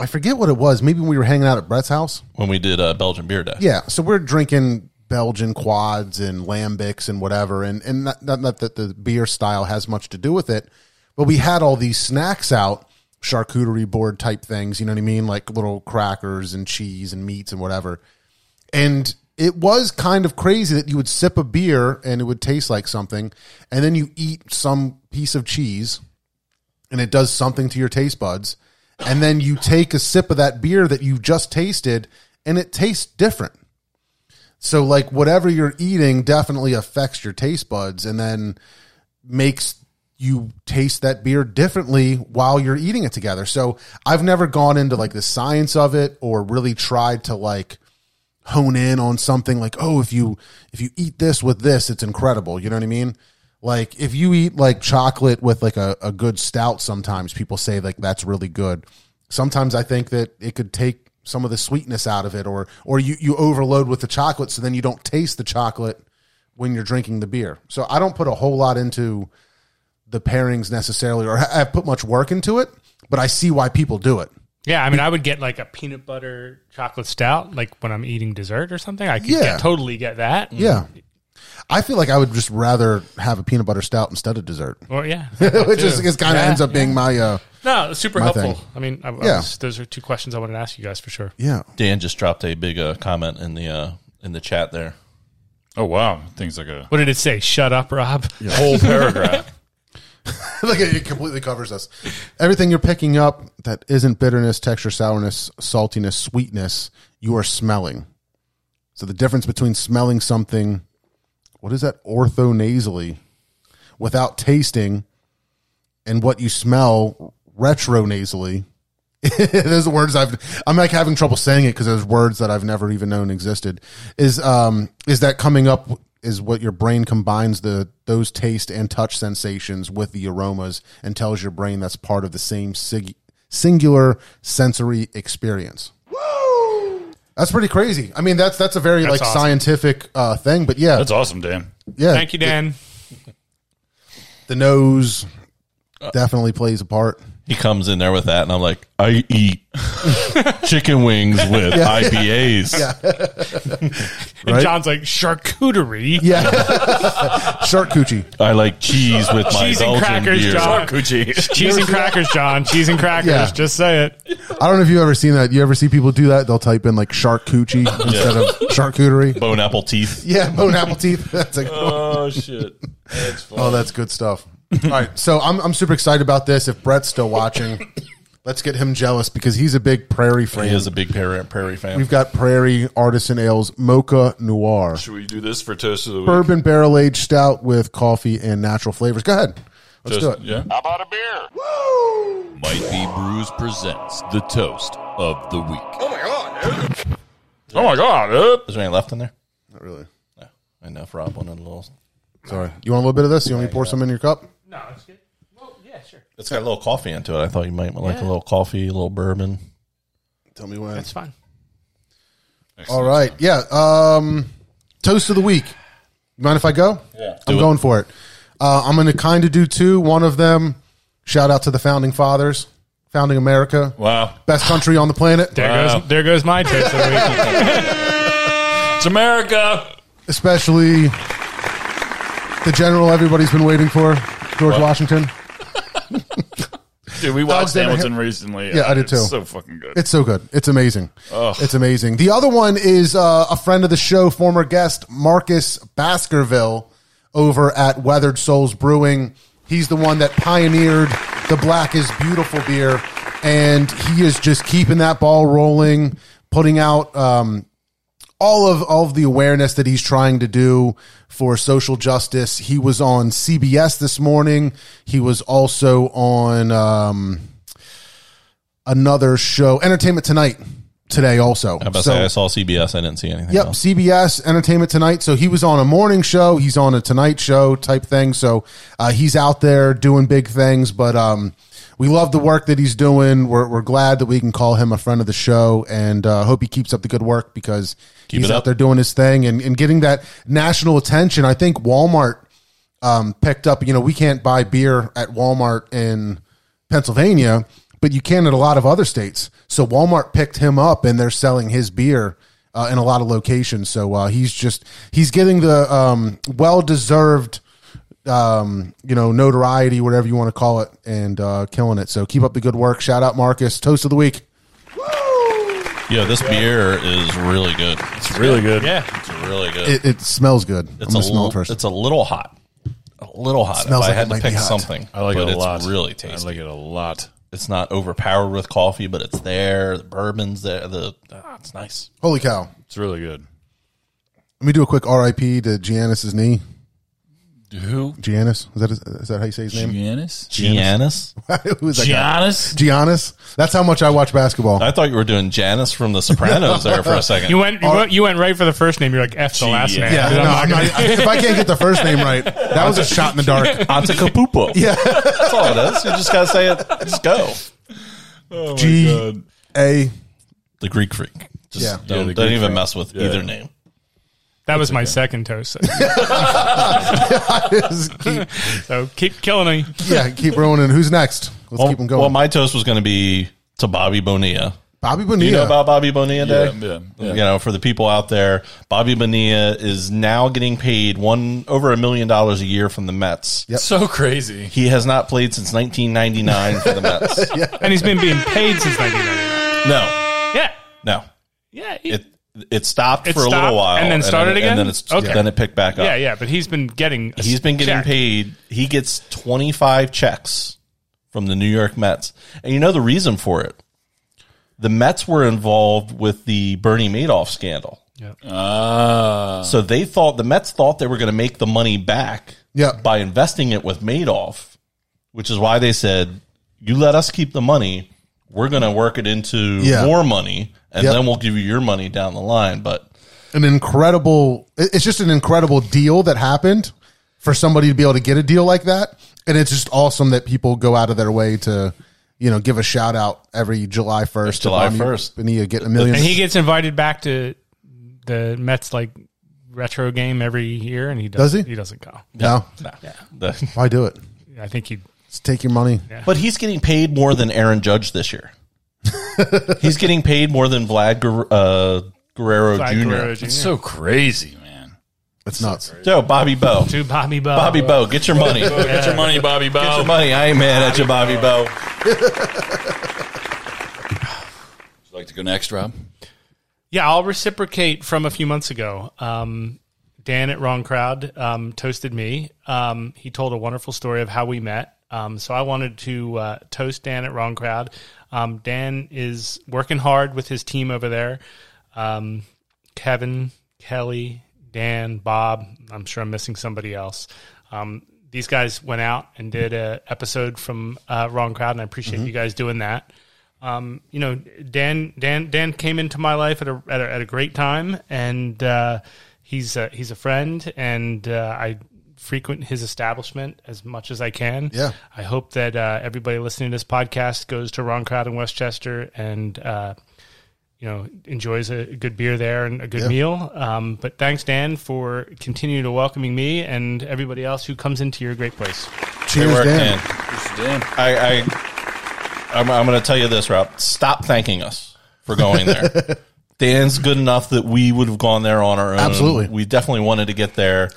Speaker 2: I forget what it was. Maybe when we were hanging out at Brett's house.
Speaker 3: When we did uh, Belgian beer day,
Speaker 2: Yeah, so we're drinking Belgian quads and lambics and whatever, and and not, not, not that the beer style has much to do with it, but we had all these snacks out, charcuterie board type things. You know what I mean, like little crackers and cheese and meats and whatever. And it was kind of crazy that you would sip a beer and it would taste like something, and then you eat some piece of cheese and it does something to your taste buds. And then you take a sip of that beer that you just tasted and it tastes different. So, like, whatever you're eating definitely affects your taste buds and then makes you taste that beer differently while you're eating it together. So, I've never gone into like the science of it or really tried to like hone in on something like oh if you if you eat this with this it's incredible you know what i mean like if you eat like chocolate with like a, a good stout sometimes people say like that's really good sometimes i think that it could take some of the sweetness out of it or or you you overload with the chocolate so then you don't taste the chocolate when you're drinking the beer so i don't put a whole lot into the pairings necessarily or i have put much work into it but i see why people do it
Speaker 4: Yeah, I mean, I would get like a peanut butter chocolate stout, like when I'm eating dessert or something. I could
Speaker 2: Yeah.
Speaker 4: get, totally get that.
Speaker 2: Yeah. I feel like I would just rather have a peanut butter stout instead of dessert,
Speaker 4: Or yeah,
Speaker 2: which is, is kind of
Speaker 4: Yeah,
Speaker 2: ends up being my uh
Speaker 4: no, it's super
Speaker 2: My
Speaker 4: helpful.
Speaker 2: thing.
Speaker 4: I mean, I, I was-
Speaker 2: Yeah.
Speaker 4: those are two questions I wanted to ask you guys for sure.
Speaker 2: yeah.
Speaker 3: Dan just dropped a big uh, comment in the uh, in the chat there.
Speaker 5: Oh wow, things like a
Speaker 4: What did it say? Shut up, Rob.
Speaker 5: whole paragraph.
Speaker 2: like it it completely covers us. Everything you're picking up that isn't bitterness, texture, sourness, saltiness, sweetness, you are smelling. So the difference between smelling something, what is that orthonasally, without tasting, and what you smell retronasally. those are words I've I'm like having trouble saying it because there's words that I've never even known existed. Is um is that coming up is what your brain combines the those taste and touch sensations with the aromas and tells your brain that's part of the same sig- singular sensory experience. That's pretty crazy. I mean, that's that's a very like
Speaker 4: awesome.
Speaker 2: scientific uh, thing, but yeah,
Speaker 5: That's awesome, Dan.
Speaker 2: yeah.
Speaker 4: Thank you, Dan.
Speaker 2: The nose definitely plays a part.
Speaker 3: he comes in there with that, and I'm like, I eat chicken wings with IPAs.
Speaker 4: And John's like charcuterie.
Speaker 2: Yeah. Shark coochie.
Speaker 3: I like cheese with my
Speaker 4: Cheese and
Speaker 3: Belgian
Speaker 4: crackers,
Speaker 3: beer.
Speaker 4: John. Cheese and crackers, John. Cheese and crackers.
Speaker 2: Yeah.
Speaker 4: Just say it.
Speaker 2: I don't know if you've ever seen that. You ever see people do that? They'll type in like shark coochie instead of charcuterie.
Speaker 3: Bone apple teeth.
Speaker 2: Yeah, bone apple teeth. That's like,
Speaker 5: Oh shit! That's fun.
Speaker 2: oh, that's good stuff. All right. So I'm, I'm super excited about this. If Brett's still watching, let's get him jealous because he's a big prairie fan.
Speaker 3: He is a big prairie, prairie fan.
Speaker 2: We've got prairie artisan ales, mocha noir,
Speaker 5: Should we do this for toast of the week?
Speaker 2: bourbon barrel aged stout with coffee and natural flavors. Go ahead. Let's
Speaker 5: Toast-
Speaker 2: do it.
Speaker 5: Yeah.
Speaker 7: How about a beer?
Speaker 5: Might Be Brews presents the toast of the week. Oh my god! Oh my god!
Speaker 3: Is there any left in there?
Speaker 2: Not really.
Speaker 3: No. Enough. Rob wanted a little.
Speaker 2: Sorry. You want a little bit of this? You want me to pour some in your cup?
Speaker 4: No, it's good. Well, yeah, sure.
Speaker 3: It's got a little coffee into it. I thought you might like a little coffee, a little bourbon.
Speaker 2: Tell me when.
Speaker 4: It's fine.
Speaker 2: All right. Yeah. Um, toast of the week. You mind if I go? Yeah. I'm
Speaker 3: Do it.
Speaker 2: going for it. Uh, I'm going to kind of do two. One of them, shout out to the founding fathers, founding America,
Speaker 5: Wow,
Speaker 2: best country on the planet,
Speaker 4: There
Speaker 5: Wow.
Speaker 4: goes there goes my toast of the week.
Speaker 5: it's America.
Speaker 2: especially the general everybody's been waiting for, George Washington.
Speaker 5: Dude, we watched
Speaker 2: Alexander
Speaker 5: Hamilton recently.
Speaker 2: Yeah, I did
Speaker 5: It's
Speaker 2: too.
Speaker 5: So fucking good.
Speaker 2: It's so good. It's amazing. It's amazing. The other one is uh, a friend of the show, former guest Marcus Baskerville over at Weathered Souls Brewing. He's the one that pioneered the Black is Beautiful beer, and he is just keeping that ball rolling, putting out um, all of all of the awareness that he's trying to do for social justice. He was on CBS this morning. He was also on. Um, another show, Entertainment Tonight, today also.
Speaker 3: I'm about to say, I saw CBS. I didn't see anything
Speaker 2: Yep,
Speaker 3: else.
Speaker 2: CBS Entertainment Tonight. So he was on a morning show, he's on a Tonight Show type thing. So uh, he's out there doing big things, but um, we love the work that he's doing. We're, we're glad that we can call him a friend of the show, and uh, hope he keeps up the good work because he's
Speaker 3: it
Speaker 2: out
Speaker 3: up.
Speaker 2: there doing his thing and, and getting that national attention. I think Walmart um, picked up. You know, we can't buy beer at Walmart in Pennsylvania, but you can at a lot of other states. So Walmart picked him up, and they're selling his beer uh, in a lot of locations. So uh, he's just he's getting the um, well deserved. Um, you know, notoriety, whatever you want to call it, and uh, killing it. So keep up the good work. Shout out Marcus, toast of the week.
Speaker 3: Yeah, this beer is really good.
Speaker 5: It's really good.
Speaker 4: Yeah.
Speaker 3: It's really good.
Speaker 2: It, it smells good. I'm
Speaker 3: it's a
Speaker 2: gonna smell
Speaker 3: little.
Speaker 2: it first.
Speaker 3: It's a little hot. A little hot.
Speaker 2: smells like
Speaker 3: if I
Speaker 2: it
Speaker 3: had
Speaker 2: might
Speaker 3: to
Speaker 2: be
Speaker 3: pick
Speaker 2: hot.
Speaker 3: something,
Speaker 5: I like
Speaker 3: but
Speaker 5: it a
Speaker 3: it's
Speaker 5: lot.
Speaker 3: Really tasty.
Speaker 5: I like it a lot.
Speaker 3: It's not overpowered with coffee, but it's there. The bourbon's there. The ah, it's nice.
Speaker 2: Holy cow!
Speaker 5: It's really good.
Speaker 2: Let me do a quick R.I.P. to Giannis's knee.
Speaker 5: Who?
Speaker 2: Giannis, is that is that how you say his name?
Speaker 5: Giannis.
Speaker 3: Giannis.
Speaker 2: Who's that guy?
Speaker 5: Giannis.
Speaker 2: Giannis. That's how much I watch basketball.
Speaker 3: I thought you were doing Janice from The Sopranos there for a second.
Speaker 4: You went you, went you went right for the first name. You're like F the last name.
Speaker 2: yeah,
Speaker 4: I'm
Speaker 2: no,
Speaker 4: not
Speaker 2: I'm
Speaker 4: gonna-
Speaker 2: not, if I can't get the first name right, that was a shot in the dark.
Speaker 3: Antetokounmpo. Yeah, that's all it is. You just gotta say it. Just go.
Speaker 2: G A.
Speaker 3: The Greek freak. Just
Speaker 2: Yeah.
Speaker 3: don't,
Speaker 5: Yeah, the
Speaker 3: don't
Speaker 5: Greek
Speaker 3: even
Speaker 5: freak.
Speaker 3: mess with
Speaker 5: Yeah.
Speaker 3: either name.
Speaker 4: that was my second toast.
Speaker 2: Keep-
Speaker 4: So keep killing me.
Speaker 2: yeah, keep ruining. Who's next? Let's
Speaker 3: Well,
Speaker 2: keep them going.
Speaker 3: well, my toast was gonna be to Bobby Bonilla.
Speaker 2: Bobby Bonilla.
Speaker 3: You know about Bobby Bonilla Day?
Speaker 5: Yeah, yeah, yeah.
Speaker 3: You know, for the people out there, Bobby Bonilla is now getting paid one over a million dollars a year from the Mets.
Speaker 2: Yep.
Speaker 5: So crazy.
Speaker 3: He has not played since 1999 for the Mets.
Speaker 4: And he's been being paid since 1999.
Speaker 3: No,
Speaker 4: Yeah.
Speaker 3: no.
Speaker 4: Yeah. he-
Speaker 3: It it stopped
Speaker 4: It
Speaker 3: for a
Speaker 4: stopped
Speaker 3: little while
Speaker 4: and then started again?
Speaker 3: And then it's
Speaker 4: Okay.
Speaker 3: then it picked back up.
Speaker 4: yeah, yeah, but he's been getting a
Speaker 3: He's been getting
Speaker 4: check.
Speaker 3: paid. He gets 25 checks from the New York Mets. And you know the reason for it? The Mets were involved with the Bernie Madoff scandal.
Speaker 5: Ah.
Speaker 3: So they thought the Mets thought they were going to make the money back
Speaker 2: Yeah.
Speaker 3: by investing it with Madoff, which is why they said, "You let us keep the money, we're going to work it into
Speaker 2: Yeah.
Speaker 3: more money, and
Speaker 2: Yep.
Speaker 3: then we'll give you your money down the line." But
Speaker 2: an incredible. it- It's just an incredible deal that happened for somebody to be able to get a deal like that, and it's just awesome that people go out of their way to. You know, give a shout out every July first.
Speaker 3: July 1st.
Speaker 2: Bonilla getting a million.
Speaker 4: And he gets invited back to the Mets like retro game every year and he
Speaker 2: Does
Speaker 4: doesn't
Speaker 2: he?
Speaker 4: doesn't go.
Speaker 2: no,
Speaker 3: the,
Speaker 2: why do it?
Speaker 4: I think he
Speaker 2: Just take your money.
Speaker 3: But he's getting paid more than Aaron Judge this year. he's getting paid more than Vlad Guer- uh, Guerrero
Speaker 4: Vlad
Speaker 3: Jr.
Speaker 4: Guerrero Jr.
Speaker 5: It's so crazy, man.
Speaker 2: That's nuts.
Speaker 3: So Bobby Bo,
Speaker 4: to Bobby Bo.
Speaker 3: Bobby Bo, get your money. Get
Speaker 5: Get your money, Bobby Bow.
Speaker 3: your money. I ain't mad at you, Bobby Bo.
Speaker 5: Would you like to go next, Rob?
Speaker 4: Yeah, I'll reciprocate from a few months ago. Um, Dan at Wrong Crowd um, toasted me. Um, he told a wonderful story of how we met. Um, so I wanted to uh, toast Dan at Wrong Crowd. Um, Dan is working hard with his team over there. Um, Kevin, Kelly, Dan, Bob. I'm sure I'm missing somebody else. Um, these guys went out and did an episode from uh, Wrong Crowd, and I appreciate you guys doing that um, you know, Dan Dan Dan came into my life at a at a, at a great time, and uh, he's a, he's a friend, and uh, I frequent his establishment as much as I can.
Speaker 2: Yeah.
Speaker 4: I hope that uh, everybody listening to this podcast goes to Ron Crowd in Westchester and. Uh, you know, enjoys a good beer there and a good meal. Um, but thanks, Dan, for continuing to welcoming me and everybody else who comes into your great place.
Speaker 2: Cheers,
Speaker 3: Work,
Speaker 2: Dan.
Speaker 3: man. I, I I'm, I'm going to tell you this, Rob. Stop thanking us for going there. Dan's good enough that we would have gone there on our own.
Speaker 2: Absolutely.
Speaker 3: we definitely wanted to get there.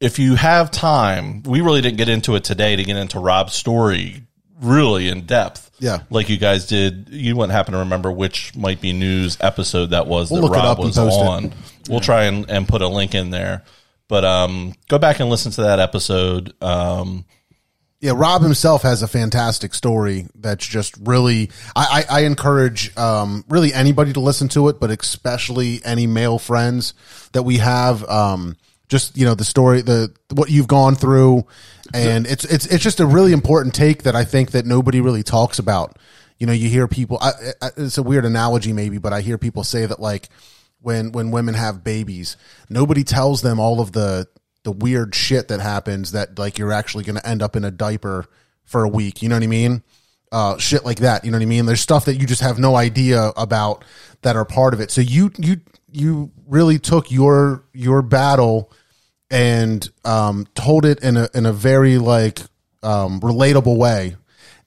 Speaker 3: If you have time, we really didn't get into it today to get into Rob's story really in depth.
Speaker 2: Yeah.
Speaker 3: like you guys did. You wouldn't happen to remember which might be news episode that was
Speaker 2: We'll
Speaker 3: that
Speaker 2: look it
Speaker 3: Rob
Speaker 2: up and
Speaker 3: was
Speaker 2: post it.
Speaker 3: on. We'll try and, and put a link in there. But um, go back and listen to that episode. Um,
Speaker 2: Yeah, Rob himself has a fantastic story that's just really. I, I, I encourage um, really anybody to listen to it, but especially any male friends that we have. Um, just you know the story, the what you've gone through, and it's it's it's just a really important take that I think that nobody really talks about. You know, you hear people. I, I, it's a weird analogy, maybe, but I hear people say that like when when women have babies, nobody tells them all of the the weird shit that happens that like you're actually going to end up in a diaper for a week. You know what I mean? Uh, shit like that. You know what I mean? There's stuff that you just have no idea about that are part of it. So you you you really took your your battle and um, told it in a in a very like um, relatable way,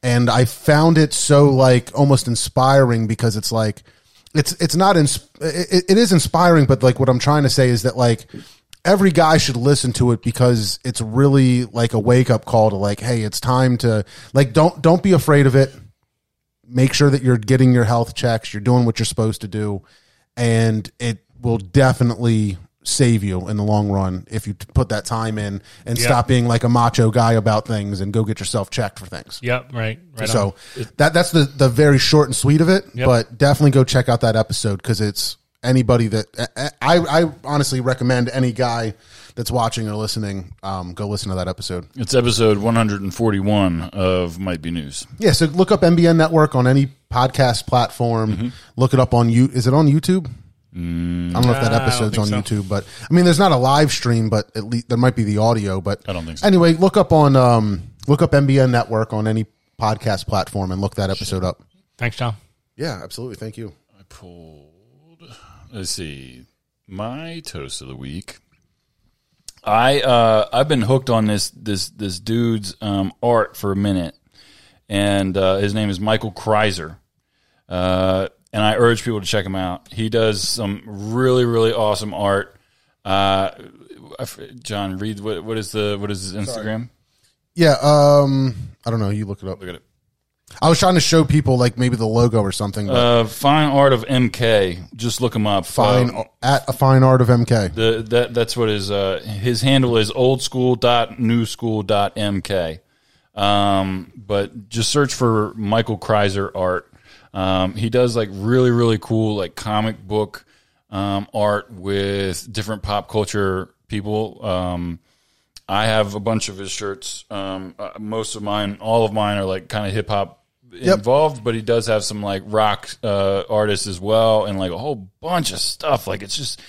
Speaker 2: and I found it so like almost inspiring because it's like it's it's not ins- it, it is inspiring, but like what I'm trying to say is that like every guy should listen to it because it's really like a wake up call to like hey it's time to like don't don't be afraid of it make sure that you're getting your health checks, you're doing what you're supposed to do, and it will definitely save you in the long run if you t- put that time in and stop being like a macho guy about things and go get yourself checked for things.
Speaker 4: Yep, right, right. on.
Speaker 2: So that that's the the very short and sweet of it, but definitely go check out that episode because it's anybody that I, I I honestly recommend any guy that's watching or listening um, go listen to that episode.
Speaker 5: It's episode 141 of Might Be News.
Speaker 2: Yeah, so look up MBN Network on any podcast platform.
Speaker 4: Mm-hmm.
Speaker 2: Look it up on you. Is it on YouTube? I don't know if that
Speaker 4: Mm, Nah, I don't
Speaker 2: episode's on
Speaker 4: think so.
Speaker 2: YouTube, but I mean, there's not a live stream, but at least there might be the audio. But
Speaker 5: I don't think so.
Speaker 2: Anyway, look up on um, look up MBN Network on any podcast platform and look that episode up.
Speaker 4: Thanks, Tom.
Speaker 2: Yeah, absolutely. Thank you.
Speaker 5: I pulled. Let's see. My toast of the week. I uh, I've been hooked on this this this dude's um, art for a minute, and uh, his name is Michael Kreiser. Uh, and I urge people to check him out. He does some really really awesome art. Uh, I f- John, read what what is the what is his Instagram?
Speaker 2: Yeah, um, I don't know. You look it up.
Speaker 5: Look at it.
Speaker 2: I was trying to show people like maybe the logo or something. But
Speaker 5: Uh, fine art of MK. Just look him up.
Speaker 2: fine
Speaker 5: Uh,
Speaker 2: at a fine art of MK.
Speaker 5: The that that's what his uh, his handle is old school dot new school dot mk. Um, but just search for Michael Kreiser art. Um, he does like really really cool like comic book um, art with different pop culture people. Um, I have a bunch of his shirts. Um, uh, most of mine, all of mine, are like kind of hip hop involved, but he does have some like rock uh, artists as well, and like a whole bunch of stuff. Like it's just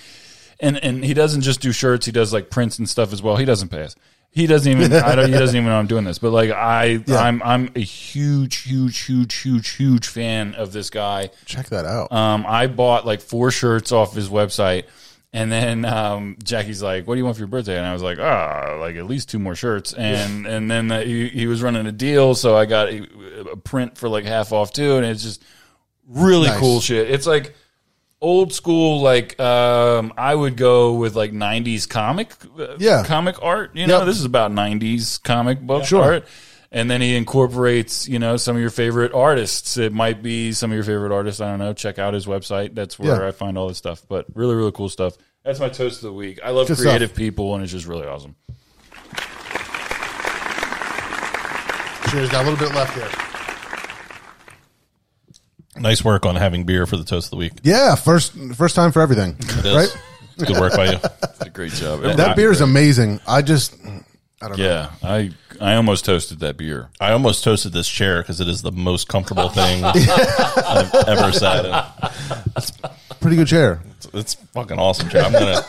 Speaker 5: and and he doesn't just do shirts. He does like prints and stuff as well. He doesn't pass. He doesn't even. I don't, he doesn't even know I'm doing this. But like I, I'm I'm a huge, huge, huge, huge, huge fan of this guy. Uh,
Speaker 2: Check that out.
Speaker 5: Um, I bought like four shirts off his website, And then um, Jackie's like, "What do you want for your birthday?" And I was like, "Ah, like at least two more shirts." And and then uh, he, he was running a deal, so I got a, a print for like half off too. And it's just really
Speaker 2: Nice.
Speaker 5: cool shit. It's like old school. Like um, I would go with like '90s comic, uh,
Speaker 2: Yeah.
Speaker 5: comic art. You know,
Speaker 2: Yep.
Speaker 5: this is about '90s comic book
Speaker 2: Sure.
Speaker 5: art. And then he incorporates, you know, some of your favorite artists. It might be some of your favorite artists. I don't know. Check out his website. That's where
Speaker 2: Yeah.
Speaker 5: I find all this stuff. But really, really cool stuff. That's my toast of the week. I love
Speaker 2: Good stuff.
Speaker 5: creative people, and it's just really awesome.
Speaker 2: Cheers. Got a little bit left there.
Speaker 3: Nice work on having beer for the toast of the week.
Speaker 2: Yeah, first first time for everything,
Speaker 3: It is.
Speaker 2: right?
Speaker 3: It's good work by you.
Speaker 5: It's a great job.
Speaker 2: That beer is amazing. I just
Speaker 5: yeah. I I almost toasted that beer.
Speaker 3: I almost toasted this chair because it is the most comfortable thing I've ever sat in.
Speaker 2: pretty good chair.
Speaker 3: It's fucking awesome chair. I'm gonna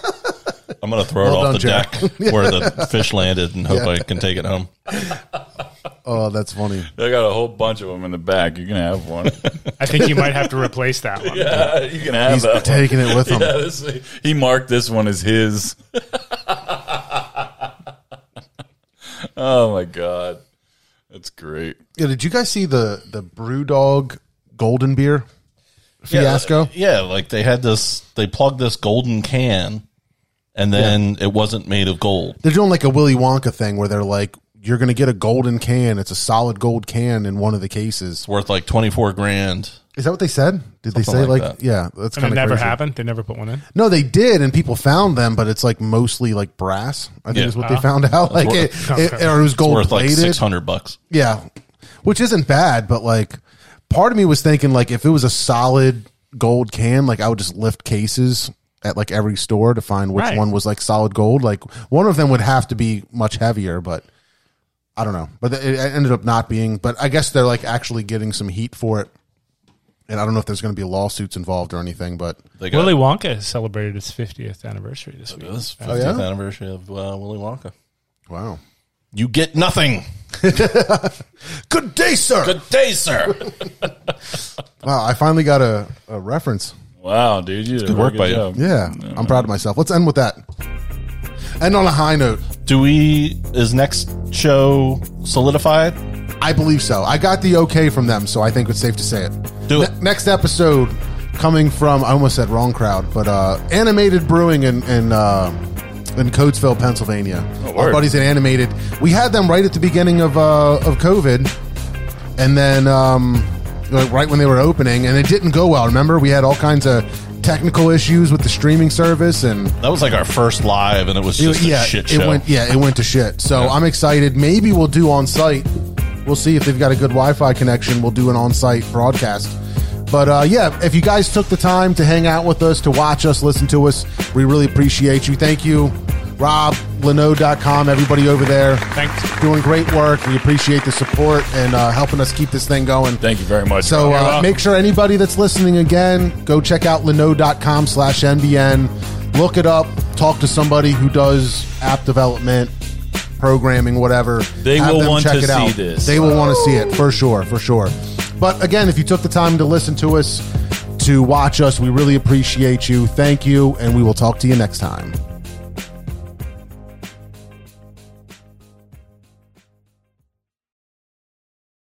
Speaker 3: I'm gonna throw
Speaker 2: Well
Speaker 3: it
Speaker 2: done,
Speaker 3: off the
Speaker 2: chair.
Speaker 3: deck where the fish landed and hope I can take it home.
Speaker 2: Oh, that's funny.
Speaker 5: I got a whole bunch of them in the back. You can have one.
Speaker 4: I think you might have to replace that one.
Speaker 5: you can have
Speaker 2: He's
Speaker 5: that.
Speaker 2: taking it with him.
Speaker 5: Yeah, this, he marked this one as his. oh my god, that's great.
Speaker 2: Yeah, did you guys see the the BrewDog Golden Beer fiasco?
Speaker 3: Yeah, uh, like they had this they plugged this golden can and then it wasn't made of gold.
Speaker 2: They're doing like a Willy Wonka thing where they're like, "You're gonna get a golden can. It's a solid gold can in one of the cases."
Speaker 3: It's worth like twenty four grand.
Speaker 2: Is that what they said? Did they say
Speaker 3: Something
Speaker 2: like,
Speaker 3: like that.
Speaker 2: yeah, that's
Speaker 4: And
Speaker 2: kind
Speaker 4: it
Speaker 2: of
Speaker 4: never
Speaker 2: crazy.
Speaker 4: happened. They never put one in.
Speaker 2: No, they did, and people found them, but it's like mostly like brass. I think
Speaker 3: Yeah.
Speaker 2: is what
Speaker 4: Uh-huh.
Speaker 2: they found out. Like it, it, or it was
Speaker 3: It's
Speaker 2: gold
Speaker 3: worth like
Speaker 2: Oh, plated.
Speaker 3: six hundred bucks.
Speaker 2: Yeah, which isn't bad, but like, part of me was thinking like if it was a solid gold can, like I would just lift cases at like every store to find which
Speaker 4: Right.
Speaker 2: one was like solid gold. Like one of them would have to be much heavier, but I don't know. But it it ended up not being. But I guess they're like actually getting some heat for it, and I don't know if there's going to be lawsuits involved or anything. But
Speaker 3: They got Oh,
Speaker 4: Willy Wonka has celebrated its 50th anniversary this week.
Speaker 3: this
Speaker 2: Oh, yeah?
Speaker 3: fiftieth anniversary of uh, Willy Wonka.
Speaker 2: wow,
Speaker 3: You get nothing.
Speaker 2: good day, sir.
Speaker 3: Good day, sir.
Speaker 2: Wow, I finally got a, a reference.
Speaker 5: Wow, dude, you did a
Speaker 3: good
Speaker 5: really
Speaker 3: work by you.
Speaker 5: job.
Speaker 2: Yeah, I'm proud of myself. Let's end with that. End on a high note.
Speaker 3: Do we is next show solidified?
Speaker 2: I believe so. I got the okay from them, so I think it's safe to say it.
Speaker 3: Do it.
Speaker 2: next episode coming from I almost said wrong crowd, but uh, animated brewing in in, uh, in Coatesville, Pennsylvania.
Speaker 3: Oh,
Speaker 2: Our
Speaker 5: word.
Speaker 2: buddies at Animated. We had them right at the beginning of uh, of COVID, and then um, like right when they were opening, and it didn't go well. Remember, we had all kinds of technical issues with the streaming service and.
Speaker 3: That was like our first live, and it was
Speaker 2: It-
Speaker 3: just
Speaker 2: yeah,
Speaker 3: a shit show.
Speaker 2: It went, yeah, it went to shit. So I'm excited. Maybe we'll do on site. We'll see if they've got a good Wi-Fi connection. We'll do an on-site broadcast. But uh, yeah, if you guys took the time to hang out with us, to watch us, listen to us, we really appreciate you. Thank you, Rob, Leno.com, everybody over there.
Speaker 4: Thanks.
Speaker 2: Doing great work. We appreciate the support and uh, helping us keep this thing going.
Speaker 5: Thank you very much.
Speaker 2: So
Speaker 5: Rob.
Speaker 2: uh, make sure anybody that's listening again, go check out leno.com slash NBN. Look it up. Talk to somebody who does app development, programming, whatever.
Speaker 5: They will
Speaker 2: them
Speaker 5: want to see this.
Speaker 2: They will want to see it for sure, for sure. But again, if you took the time to listen to us, to watch us, we really appreciate you. Thank you, and we will talk to you next time.